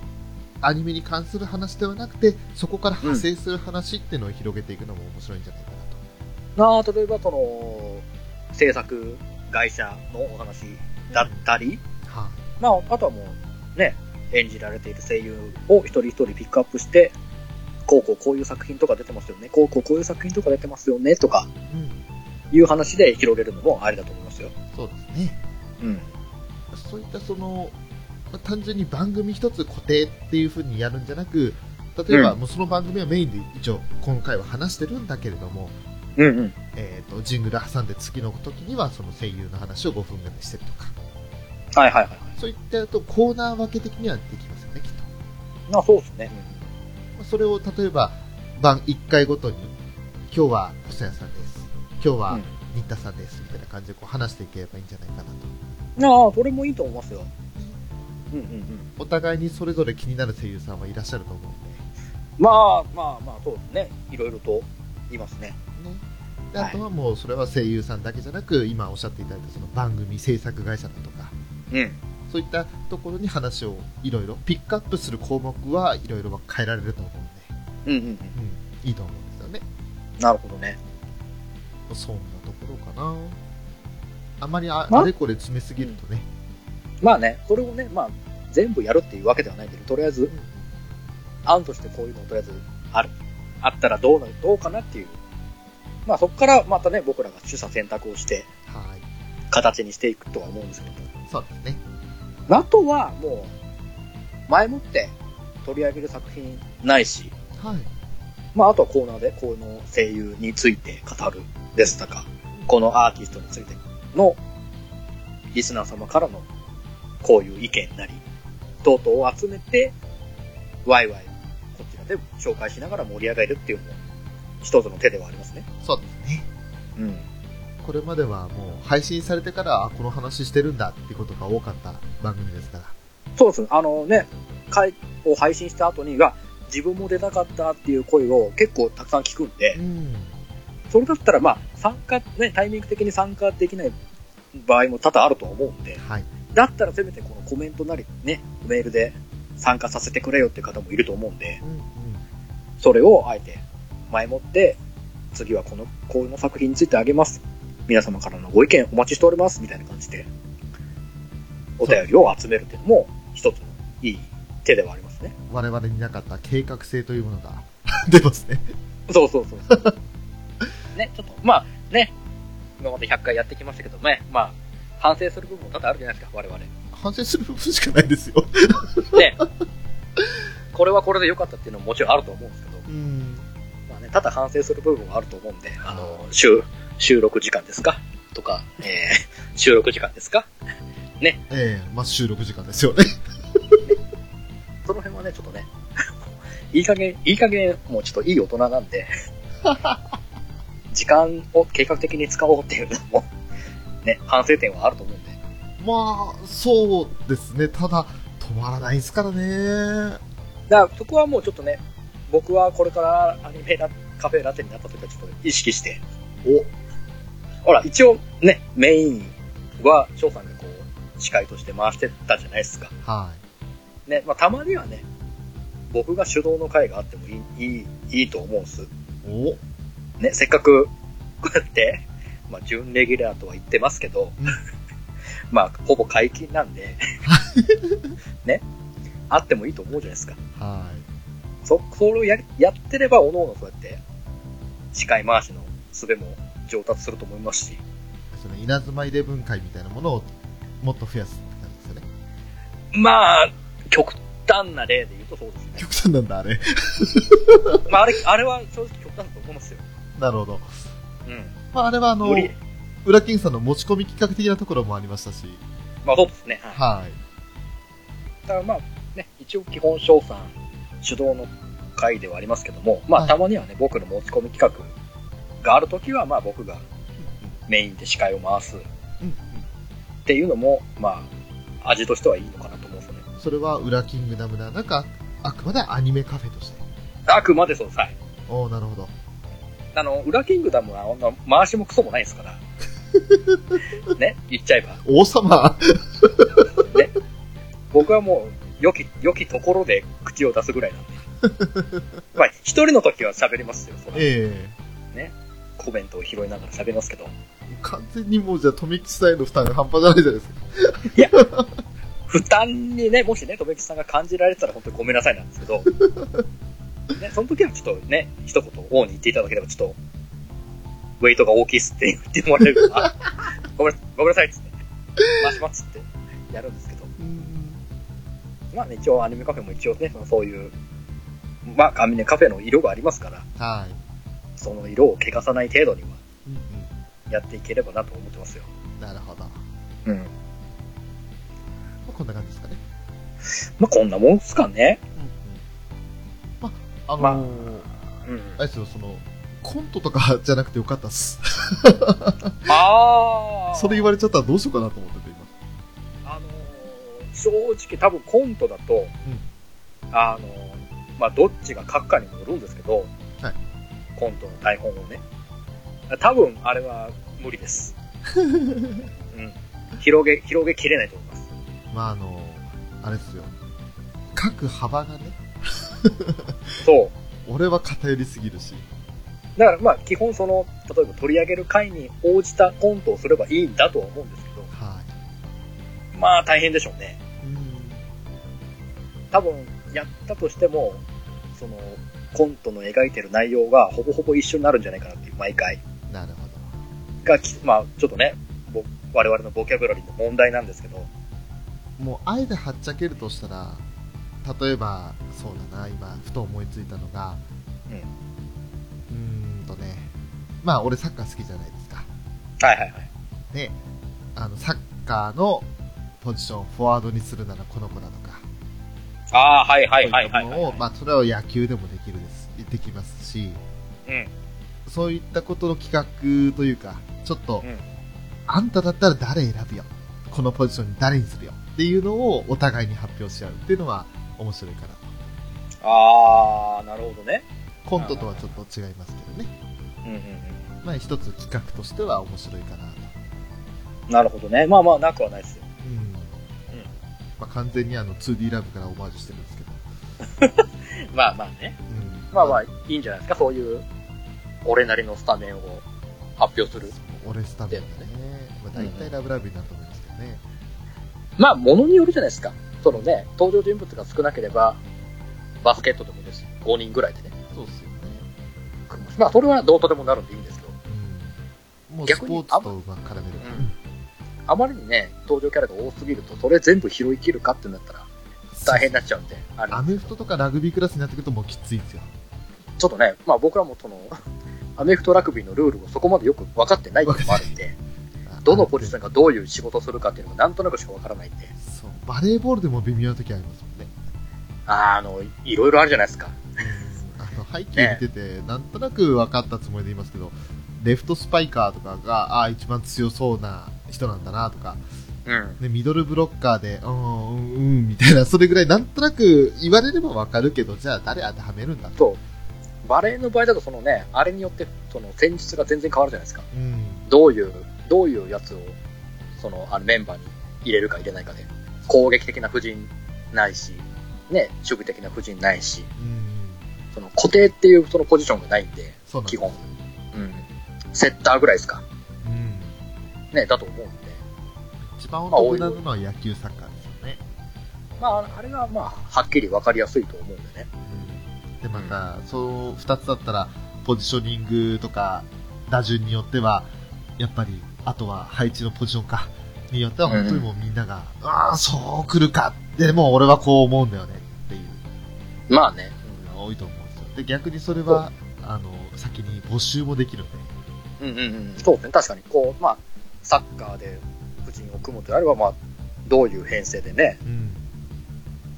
アニメに関する話ではなくて、そこから派生する話っていうのを広げていくのも面白いんじゃないかなと。ど。なあ、例えばその、制作会社のお話だったり、はい、まあ、あとはもう、ね、演じられている声優を一人一人ピックアップして、こうこうこういう作品とか出てますよね、こうこうこういう作品とか出てますよね、とかうん、いう話で広げるのもありだと思いますよ。そうですね。うん。そういったその、まあ単純に番組一つ固定っていう風にやるんじゃなく、例えば、うんもうその番組はメインで一応今回は話してるんだけれども、うんうん。えっ、と、ジングル挟んで次の時にはその声優の話を5分ぐらいしてるとか、はいはいはい。そういったとコーナー分け的にはできますよね、きっと。まあ、そうですね。まあそれを例えば、晩1回ごとに、今日は細谷さんです。今日うはん新田さんです。みたいな感じでこう話していければいいんじゃないかなと。ああ、それもいいと思いますよ。うんうんうん。お互いにそれぞれ気になる声優さんはいらっしゃると思うんで。まあまあまあ、そうですね。いろいろと言いますね。ね、ではいあとはもうそれは声優さんだけじゃなく今おっしゃっていただいたその番組制作会社だとかうん。そういったところに話をいろいろピックアップする項目はいろいろ変えられると思うんで、うんううんうん。ん、いいと思うんですよねなるほどね。そんなところかなあまりあまあれこれ詰めすぎるとね、まあね、それをね、まあ、全部やるっていうわけではないけど、とりあえず、案としてこういうのをとりあえず、ある、あったらどうな、どうかなっていう。まあそこからまたね、僕らが取捨選択をして、はい形にしていくとは思うんですけども。そうですねあとは、もう、前もって、取り上げる作品ないし、はい。まあ、あとはコーナーで、この声優について語るですとか、このアーティストについての、リスナー様からの、こういう意見なり、等々を集めて、ワイワイ、こちらで紹介しながら盛り上げるっていうのも、一つの手ではありますね。そうですね。うん。これまではもう配信されてから、あ、この話してるんだってことが多かった番組ですから。そうですね。あのね、回を配信した後に、が、自分も出たかったっていう声を結構たくさん聞くんで、うん。それだったら、まあ、参加、ね、タイミング的に参加できない場合も多々あると思うんで、はい。だったらせめてこのコメントなり、ね、メールで参加させてくれよっていう方もいると思うんで、うんうん。それをあえて前もって、次はこの、こういう作品についてあげます。皆様からのご意見お待ちしております。みたいな感じで、お便りを集めるっていうのも、一つのいい手ではありますね。我々になかった計画性というものが [LAUGHS] 出ますね。そうそうそうそう。 [LAUGHS] ね、ちょっと、まあね、今まで100回やってきましたけどね、まあ、反省する部分も多々あるじゃないですか、我々。反省する部分しかないですよ。 [LAUGHS] ね。これはこれで良かったっていうのももちろんあると思うんですけど、うん。まあね、多々反省する部分はあると思うんで、あの、収収録時間ですかとか、えー、 [LAUGHS] 収録時間ですかええまあ収録時間ですよね。 [LAUGHS] その辺はね、ちょっとね、 [LAUGHS] いい加減、いい加減、もうちょっといい大人なんで、 [LAUGHS] 時間を計画的に使おうっていうのも、ね、反省点はあると思うんで、まあ、そうですね。ただ、止まらないですからね。だからそこはもうちょっとね、僕はこれからアニメラカフェラテになった時はちょっと意識して、お、ほら、一応ね、メインは翔さんがこう、司会として回してたじゃないですか。はね、まあたまにはね、僕が主導の回があってもいい、いい、いいと思うんです。い。お、うんね、せっかく、こうやって、まあ準レギュラーとは言ってますけどうん、 [LAUGHS] まあほぼ解禁なん [LAUGHS] で、ね、あってもいいと思うじゃないですか。はそ、それをやりやってれば、おのおのそうやって、視界回しの術も上達すると思いますし、い。その稲妻イレブン会みたいなものをもっと増やすって感じですよね。まあ、極端な例で言うとそうですね。極端なんだ、あれ。まあ、あれ、あれは正直極端だと思いますよ。 [LAUGHS] なるほど。うん。まあ、あれはあの無、理。裏金さんの持ち込み企画的なところもありましたし、まあ、そうですね。はい。はい。だからまあ、ね、一応基本、翔さん主導の回ではありますけども、まはあ、いたまにはね、僕の持ち込み企画があるときは、まあ、僕がメインで視界を回すっうん、ていうのも、まあ、味としてはいいのかなと思うんですよね。うん。それは裏キングダムではなく、ああくまでアニメカフェとして。あくまでそうです。はい。おおなるほど。あの、裏キングダムは、あんな回しもクソもないですから。 [LAUGHS] ね、言っちゃえば。王様僕はもう、良き、良きところで口を出すぐらいなんで。 [LAUGHS] まあ、一人の時は喋りますよ、それえコメントを拾いながら喋りますけど。え完全にもうじゃあ、富吉さんへの負担が半端じゃないじゃないですか。負担にね、もしね、とめきさんが感じられてたら本当にごめんなさいなんです [LAUGHS] けど。ね、その時はちょっとね、一言、王に言っていただければ、ちょっと、ウェイトが大きいっすって言ってもらえるか [LAUGHS] ら、あごめん、ごめんなさいっつって、回しますっつって、やるんですけど。うん。まあね、一応アニメカフェも一応ね、そのそういう、まあ、アニメカフェの色がありますから、はい。その色を汚さない程度にはうんやっていければなと思ってますよ。うん。なるほど。まうん。あ、こんな感じですかね。まあ、こんなもんっすかね。うんうん。まあ、あのーまうん。あれですよ、その、コントとかじゃなくてよかったっす。ああそれ言われちゃったらどうしようかなと思ってて、今。あのー正直多分コントだと、あのーまあ、どっちが書くかにもよるんですけど、はいコントの台本をね。多分、あれは無 [LAUGHS] 理です。うん。広げ、広げきれないと思います。まあ、あのーあれですよ。書く幅がね、そう。俺は偏りすぎるし。だからまあ基本その、例えば取り上げる回に応じたコントをすればいいんだとは思うんですけど、はまあ大変でしょうね。い。うん。多分やったとしても、その、コントの描いてる内容がほぼほぼ一緒になるんじゃないかなっていう、毎回。なるほど。がき、まあちょっとね、ぼ我々のボキャブラリーの問題なんですけど、もう、あえてはっちゃけるとしたら、例えばそうだな今ふと思いついたのがうんうーんとねまあ俺サッカー好きじゃないですかはいはいはい。であのサッカーのポジションフォワードにするならこの子だとかああー、はいはそういいはいはういもはい。のをまあそれは野球でもできるですできますしうん。そういったことの企画というかちょっと、うんあんただったら誰選ぶよこのポジションに誰にするよっていうのをお互いに発表し合うっていうのは面白いかなとああ、なるほどね。コントとはちょっと違いますけどねうんうんうまあ一つ企画としては面白いかなとん。なるほどね。まあまあ、なくはないですよ。うん、まあ、完全にあの 2D ラブからオマージュしてるんですけど、まあまあね。うんまあまあ、いいんじゃないですか。そういう、俺なりのスタメンを発表する。俺スタメンだね、まあ、大体ラブラブになると思いますけどね、まあ、ものによるじゃないですか。そのね、登場人物が少なければ、バスケットでもいいですよ。5人ぐらいでね。そうっすよね、組むまあ、それはどうとでもなるんでいいんですけど。うん、もうス逆ポにーツとうまく絡めるああまりにね、登場キャラが多すぎると、それ全部拾い切るかってなったら、大変になっちゃうんで、あれアメフトとかラグビークラスになってくるともうきついんですよちょっとね、まあ僕らもその、 [LAUGHS] アメフトラグビーのルールをそこまでよく分かってないっていうのもあるんで、どのポジションがどういう仕事をするかっていうのがなんとなくしか分からないんで、そうバレーボールでも微妙な時ありますもんねあーあの、いろいろあるじゃないですか。あの背景見てて、なんとなく分かったつもりで言いますけどレフトスパイカーとかがあー一番強そうな人なんだなとかうん。でミドルブロッカーで、うん、うん、うん、みたいな、それぐらいなんとなく言われればわかるけど、じゃあ誰当てはめるんだと。そう。バレーの場合だとそのね、あれによってその戦術が全然変わるじゃないですか。うん。どういう、どういうやつを、その、あのメンバーに入れるか入れないかで、攻撃的な布陣ないし、ね、守備的な布陣ないし、うん。その固定っていうそのポジションがないんで、そうなんです基よ本。うん。セッターぐらいですか。うん。ね、だと思うんで。一番お得なのは野球サッカーですよね。まあ、あれがまあ、はっきり分かりやすいと思うんでね。うん。で、また、そう、二つだったら、ポジショニングとか、打順によっては、やっぱり、あとは配置のポジションか、によっては本当にもうみんなが、ああ、そう来るか。で、もう俺はこう思うんだよね、っていう。まあね。が多いと思うんですよ。で、逆にそれは、あの、先に募集もできるんで。うんうんうん。そうですね。確かに、こう、まあ、サッカーで布陣を組むとあれば、まあ、どういう編成でね、うん。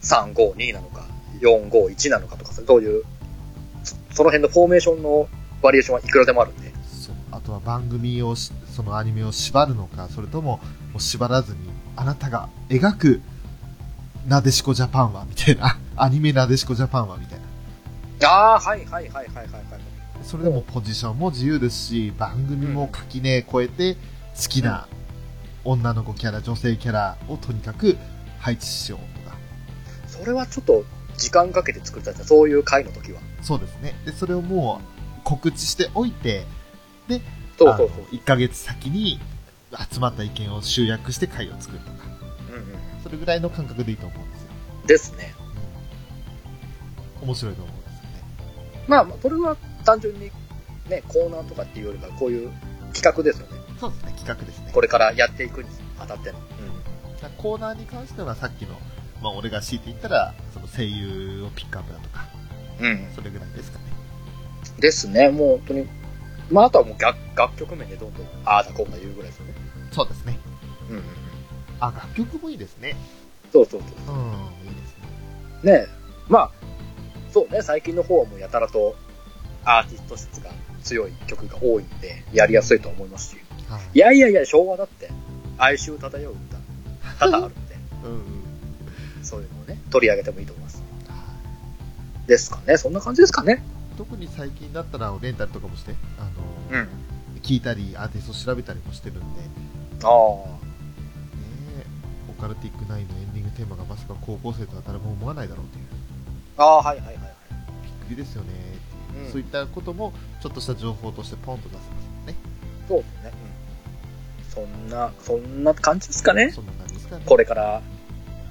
352なのか、451なのかとか、どういう、そその辺のフォーメーションのバリエーションはいくらでもあるんで。そう。あとは番組をし、そのアニメを縛るのか、それとも、もう縛らずに、あなたが描く、なでしこジャパンは、みたいな。アニメなでしこジャパンは、みたいな。ああ、はいはいはいはいはいはい。それでもポジションも自由ですし、番組も垣根超えて、好きな女の子キャラ、女性キャラをとにかく配置しようとか。それはちょっと、時間かけて作ったんですよそういう回の時は。そうですね。で、それをもう告知しておいて、そうそうそう。 1ヶ月先に集まった意見を集約して会を作るとか、うんうそれぐらいの感覚でいいと思うんですよ。ん。ですね。うん、面白いと思うんですよね。まあ、まあそれは単純に、ね、コーナーとかっていうよりは、こういう企画ですよね。そうですね、企画ですね。これからやっていくにあたっての。コーナーに関してはさっきの、まあ俺が強いて言ったら、その声優をピックアップだとか、うん。それぐらいですかね。ですね、もう本当に。まあ、あとはもう楽楽曲面でどんどん、ああだこうだ言うぐらいですよね。そうですね。うん、うん。あ、楽曲もいいですね。そうそうそうん、いいですね。う。ねえまあ、そうね、最近の方はもうやたらとアーティスト質が強い曲が多いんで、やりやすいと思いますし。はいやいやいや、昭和だって、哀愁漂う歌、多々ある [LAUGHS] んで、うんうん。そういうのをね、取り上げてもいいと思います。はいですかね、そんな感じですかね。特に最近だったらレンタルとかもして、あの、うん。聞いたり、アーティストを調べたりもしてるんで、ああ。ねえオカルティックナインのエンディングテーマがまさか高校生とは誰も思わないだろうっていうああ、はいはいはいはい。びっくりですよね、うんそういったこともちょっとした情報としてポンと出せますもんねそうですね。そんな、そんな感じですかね。そんな感じですかねこれから、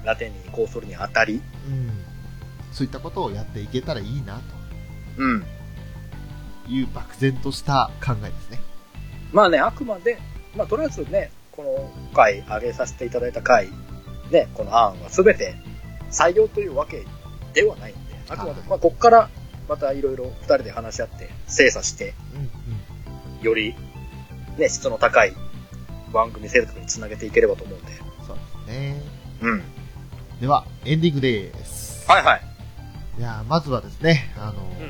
ラテンに移行するにあたり。うんそういったことをやっていけたらいいなうん。という漠然とした考えですねまあね、あくまで、まあとりあえずね、この回、上げさせていただいた回、ね、この案は全て採用というわけではないので、あくまではもい、まあ、こっからまたいろいろ二人で話し合って、精査して、うんうん。より、ね、質の高い番組制作につなげていければと思うんで。そうですね。うん。では、エンディングです。はいはい。いやーまずはですね、あのーうん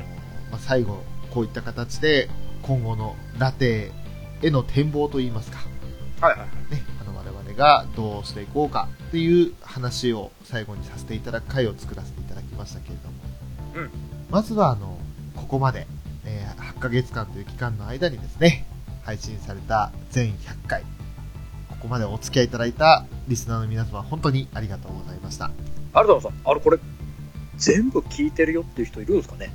まあ、最後、こういった形で、今後のラテへの展望といいますか、はいはい。ね、あの我々がどうしていこうかっていう話を最後にさせていただく回を作らせていただきましたけれども、うんまずはあのここまで、えー8ヶ月間という期間の間にですね配信された全100回ここまでお付き合いいただいたリスナーの皆様本当にありがとうございましたあるだろさん、あれこれ、全部聞いてるよっていう人いるんですかね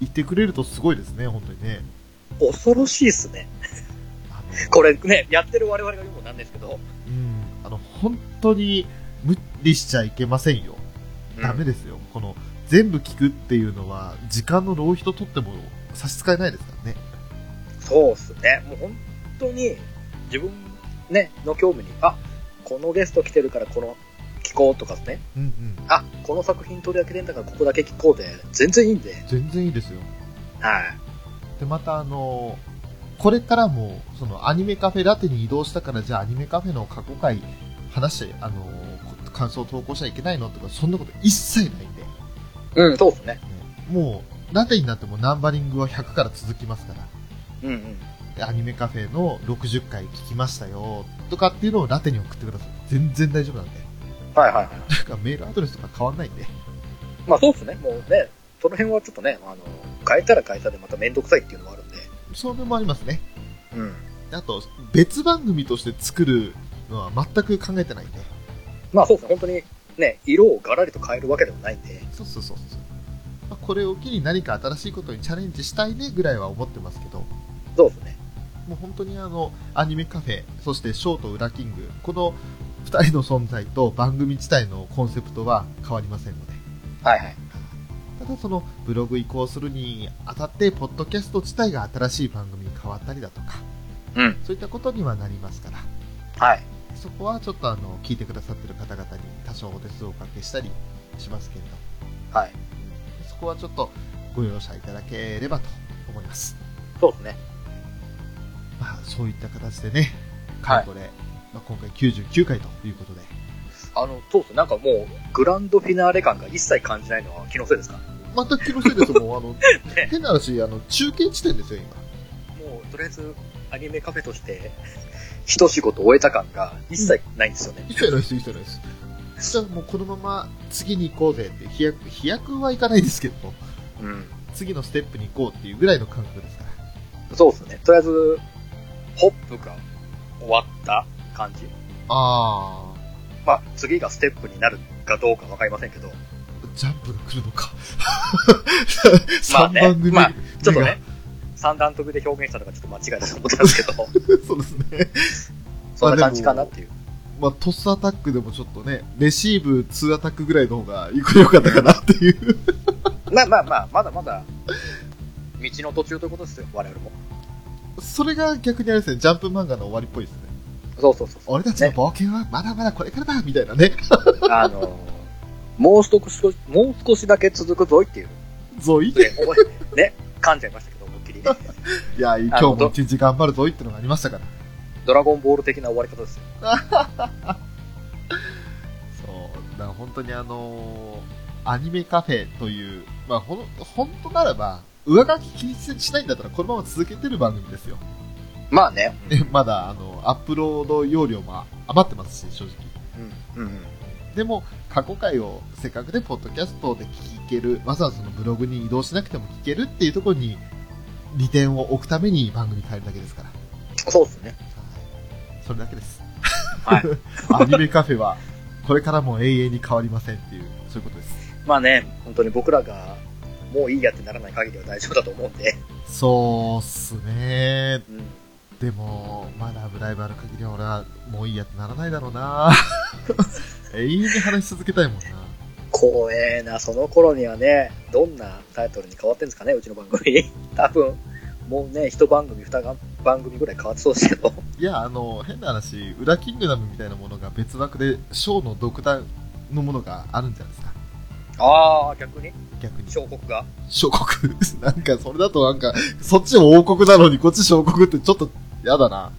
言ってくれるとすごいですね本当にね恐ろしいっすね。あのこれね、やってる我々が言うもんなんですけど。うんあの本当に無理しちゃいけませんよダメで。ですよ、この全部聞くっていうのは時間の浪費ととっても差し支えないですからねそうっすね。もう本当に、自分、ね、の興味に、あ、このゲスト来てるからこの聞こうとかね、うんうんあ、この作品取り上げてんだからここだけ聞こうで、全然いいんで。全然いいですよはい。でまたあのこれからもそのアニメカフェラテに移動したからじゃあアニメカフェの過去回話してあのこ感想を投稿しちゃいけないのとかそんなこと一切ないんで、ねうん、そうっすね。もうラテになってもナンバリングは100から続きますからうんうん。でアニメカフェの60回聞きましたよとかっていうのをラテに送ってください全然大丈夫なんではいはいはい。なんかメールアドレスとか変わんないんでまあそうっすね。もうね、その辺はちょっとね、あの、変えたら変えたでまためんどくさいっていうのもあるんで。それもありますね。うん。あと、別番組として作るのは全く考えてないんで。まあそうですね、本当にね、色をガラリと変えるわけでもないんで、そうそうそうそう。まあこれを機に何か新しいことにチャレンジしたいねぐらいは思ってますけど、もそうですね。う本当にあの、アニメカフェ、そしてショート裏キング、この2人の存在と番組自体のコンセプトは変わりませんので。はいはい。ただそのブログ移行するにあたって、ポッドキャスト自体が新しい番組に変わったりだとか、うんそういったことにはなりますから、はい。そこはちょっとあの聞いてくださってる方々に多少お手数をおかけしたりしますけれど、はい。そこはちょっとご容赦いただければと思います。そうですね。まあ、そういった形でね、かはいれこれ、まあ、今回99回ということで、あの、そうですね、なんかもう、グランドフィナーレ感が一切感じないのは気のせいですかまた気のせいですもん、あ [LAUGHS] の、変な話、あの、中継地点ですよ、今。もう、とりあえず、アニメカフェとして、 [LAUGHS] 一仕事終えた感が一切ないんですよね。一切ないです、一切ないです。じゃあもうこのまま次に行こうぜって、飛躍、飛躍はいかないですけど、うん。次のステップに行こうっていうぐらいの感覚ですから。そうですね。とりあえず、ホップが終わった感じ。あー、まあ、次がステップになるかどうかわかりませんけど、ジャンプが来るのか。 [LAUGHS] まあ3ね番組、まあちょっとね、三段跳びで表現したのがちょっと間違いだと思ったんです [LAUGHS] け目ど、[LAUGHS] が。そうですね。そんな感じかなっていう。まあ、トスアタックでもちょっとね、レシーブ、ツーアタックぐらいの方がよく良かったかなっていう。まあまあまあ、まだまだ、道の途中ということですよ、我々も。それが逆にあれですね、ジャンプ漫画の終わりっぽいですね。そうそうそうそう。俺たちのね冒険はまだまだこれからだみたいなね。あのー、もう少し、もう少しだけ続くぞいっていう、ゾイいね、思いね、噛んじゃいましたけど、思いっきり。や、今日も一日頑張るぞいってのがありましたから。ドラゴンボール的な終わり方ですよ。そう、だから本当にあのーアニメカフェという、まあ、ほん、本当ならば、上書き気にしないんだったらこのまま続けてる番組ですよ。まあね。ねまだ、あの、アップロード容量も余ってますし、正直。うん。うん。でも、過去回をせっかくでポッドキャストで聞ける、わざわざそのブログに移動しなくても聞けるっていうところに、利点を置くために番組変えるだけですから。そうですね。はいそれだけです。はい。 [LAUGHS] アニメカフェは、これからも永遠に変わりませんっていう、そういうことです。まあね、本当に僕らが、もういいやってならない限りは大丈夫だと思うんで。そうっすね。うん。でも、まだブライブある限りは俺は、もういいやってならないだろうな永遠に話し続けたいもんな。光栄な、その頃にはね、どんなタイトルに変わってんですかね、うちの番組。多分、もうね、一番組、二番組ぐらい変わってそうですけど。いや、あの、変な話、裏キングダムみたいなものが別枠で、ショーの独断のものがあるんじゃないですか。ああ、逆に逆に。小国が。小国 [LAUGHS] なんか、それだとなんか、そっちも王国なのに、こっち小国ってちょっと嫌だな。ま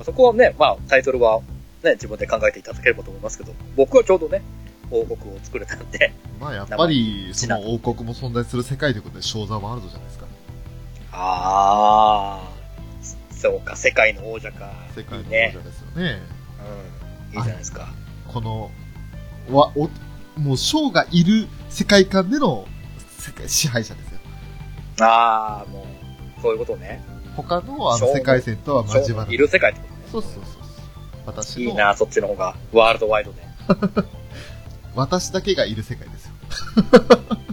あ、そこはね、まあ、タイトルは、ね、自分で考えていただければと思いますけど、僕はちょうどね、王国を作れたん [LAUGHS] で、まあ、やっぱり、その王国も存在する世界ということで、小座ワールドじゃないですか。ああ、そうか、世界の王者か。世界の王ね者。ですよね。うん。いいじゃないですか。この、わ、お、もう、将がいる世界観での世界支配者ですよ。ああ、もう、そういうことね。他のあ将のの世界線とは交わらないい。る世界ってことね。そうそうそうそう。私いのいな、そっちの方が。ワールドワイドで。私だけがいる世界ですよ。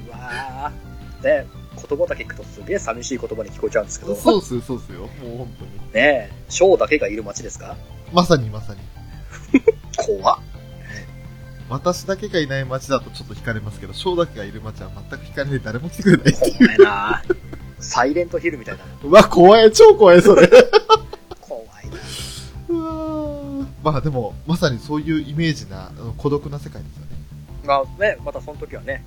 うわあ。ね、言葉だけ聞くとすげえ寂しい言葉に聞こえちゃうんですけど、そうっすよ、そうっすよ。もう本当に。ねえ、ショーだけがいる街ですかまさにまさに。怖っ。私だけがいない街だとちょっと惹かれますけど、ショーだけがいる街は全く惹かれない。誰も来てくれない。怖いなサイレントヒルみたいな。うわ、怖い、超怖い、それ。怖いな [LAUGHS] うわーまあでも、まさにそういうイメージな、あの孤独な世界ですよね。まあね、またその時はね、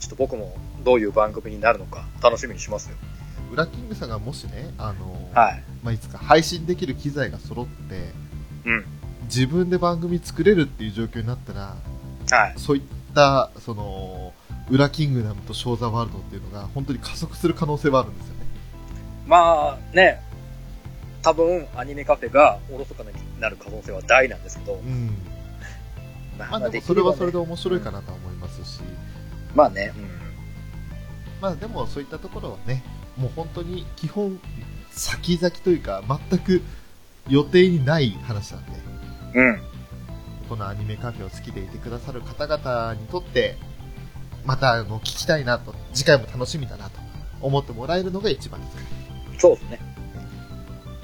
ちょっと僕もどういう番組になるのか楽しみにしますよ。ウラキングさんがもしね、あの、はい。まあ、いつか配信できる機材が揃って、うん自分で番組作れるっていう状況になったら、はい。そういった、その、裏キングダムとショーザワールドっていうのが、本当に加速する可能性はあるんですよね。まあね、多分アニメカフェがおろそかになる可能性は大なんですけどう、ん。ままあでも、それはそれで面白いかなとは思いますし、まあね、まあでも、そういったところはね、もう本当に基本、先々というか、全く予定にない話なんで、うん。うん。このアニメカフェを好きでいてくださる方々にとって、またあの聞きたいなと、次回も楽しみだなと思ってもらえるのが一番ですかそうですね。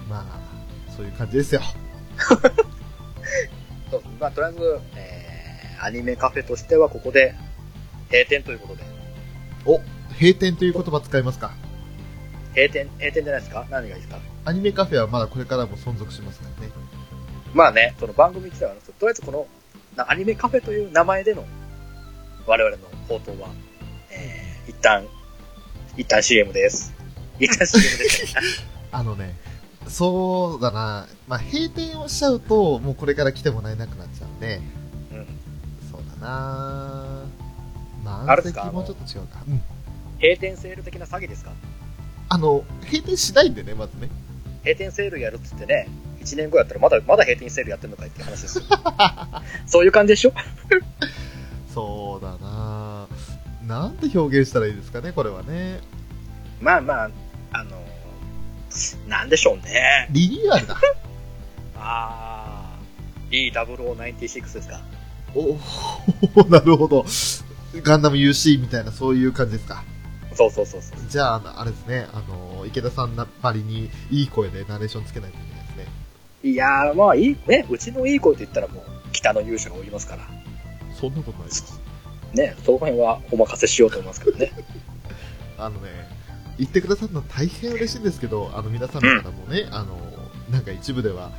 ら。まあ、そういう感じですよ。 [LAUGHS] そうですねまあとりあえず、えー、アニメカフェとしてはここで閉店ということで。お、閉店という言葉使いますか閉店、閉店じゃないですか何がいいですかアニメカフェはまだこれからも存続しますからね。まあね、その番組自体はあるんですけど、とりあえずこのなアニメカフェという名前での我々の放送は、えー、一旦、一旦 CM です。一旦 CM です。あのね、そうだな、まあ閉店をしちゃうと、もうこれから来てもらえなくなっちゃうんで、うんそうだなまああ、暗れですか席もちょっと違うか。うん。閉店セール的な詐欺ですかあの、閉店しないんでね、まずね。閉店セールやるっつってね、1年後やったらまだ、まだ閉店セールやってんのかいって話ですよ。そういう感じでしょそうだなぁなんて表現したらいいですかね、これはね。まあまあ、あのーなんでしょうね。リニューアルだ。あー、E0096 ですかおお、 [LAUGHS] なるほど。ガンダム UC みたいな、そういう感じですか。そうそうそうそう。じゃああの、あれですね、あの、池田さんなばりにいい声でナレーションつけないといけないですね。いやー、まあいい、ね、うちのいい声と言ったらもう、北の勇者がおりますから、そんなことないです。ね、その辺はお任せしようと思いますけどね。あのね、言ってくださるの大変嬉しいんですけど、あの、皆さんの方もね、あの、なんか一部では、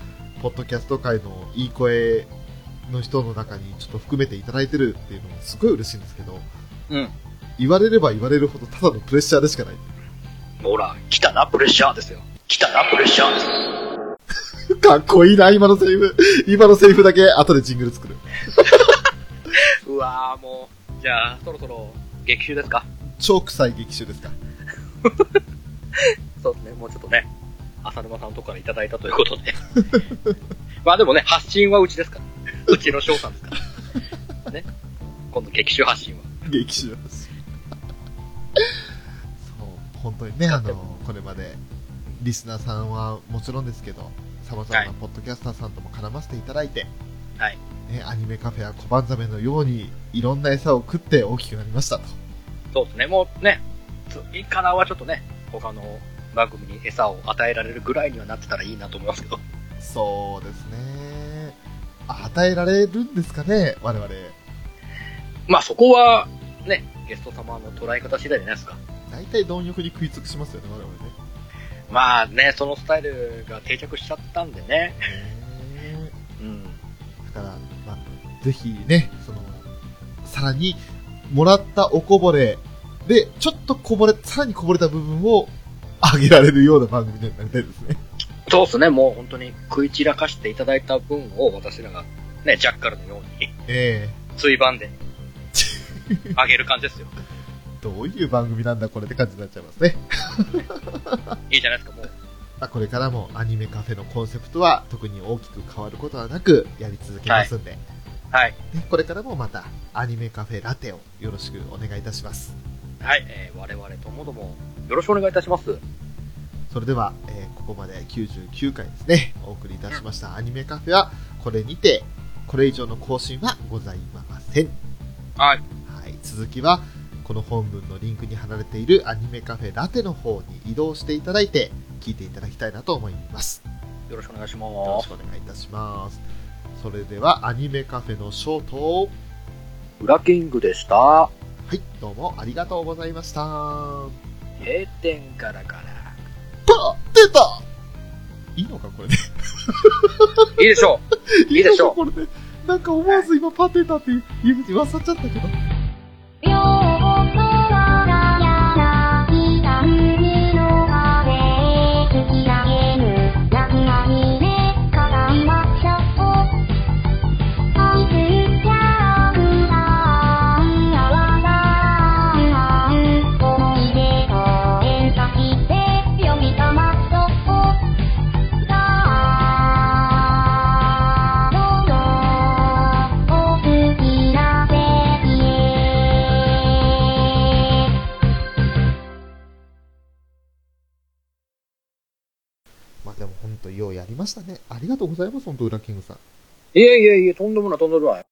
ポッドキャスト界のいい声の人の中にちょっと含めていただいてるっていうのもすごい嬉しいんですけど、うん。言われれば言われるほどただのプレッシャーでしかない。ほら、来たな、プレッシャーですよ。来たな、プレッシャーです。かっこいいな、今のセリフ。今のセリフだけ後でジングル作る。うわー、もう、じゃあ、そろそろ、劇中ですか超臭い劇中ですか。そうですね、もうちょっとね、浅沼さんのとこからいただいたということ [LAUGHS] で。まあでもね、発信はうちですから。うちの翔さんですから。ね。今度、劇中発信は。劇中だし。そう、本当にね、あの、これまで、リスナーさんはもちろんですけど、様々はなポッドキャスターさんとも絡ませていただいて、はいね、アニメカフェや小判ザメのように、いろんな餌を食って大きくなりましたと。そうですね、もうね、次からはちょっとね、他の番組に餌を与えられるぐらいにはなってたらいいなと思いますけど。そうですね。与えられるんですかね、我々。 [LAUGHS] まあそこは、ね、ゲスト様の捉え方次第じゃないですか。大体貪欲に食いつくしますよね、我々ね。まあね、そのスタイルが定着しちゃったんでね。ねうん。だから、まあ、ぜひね、その、さらにもらったおこぼれで、ちょっとこぼれ、さらにこぼれた部分をあげられるような番組になりたいですね。そうですね、もう本当に食い散らかしていただいた分を私らが、ね、ジャッカルのように、えついば [LAUGHS] んで、あげる感じですよ。えどういう番組なんだこれって感じになっちゃいますね。いいじゃないですか、もう。まあ、これからもアニメカフェのコンセプトは特に大きく変わることはなくやり続けますんで、はい。ねこれからもまたアニメカフェラテをよろしくお願いいたします。はい、えー我々ともども、よろしくお願いいたします。それでは、えーここまで99回ですね、お送りいたしましたアニメカフェはこれにて、これ以上の更新はございません。はい。はい、続きは、この本文のリンクに貼られているアニメカフェラテの方に移動していただいて、聞いていただきたいなと思います。よろしくお願いしまよろしくす。お願いいたします。それでは、アニメカフェのショートを、ブラキングでした。はい、どうもありがとうございました。パ閉店からから。出たいいのか、これで。いいでしょう。いいでしょう。これで。なんか思わず今パテタって言う口忘れちゃったけど。両方からやらきた海の壁へ突き上げるラグアニメから今ちょっと愛するキャラクターやわらかい思い出と連鎖して呼び覚ますとこさあどうぞお好きな席へまあでも本当ようやりましたね。ありがとうございます、本当裏キングさん。いえいえいえ、とんでもないとんでもない。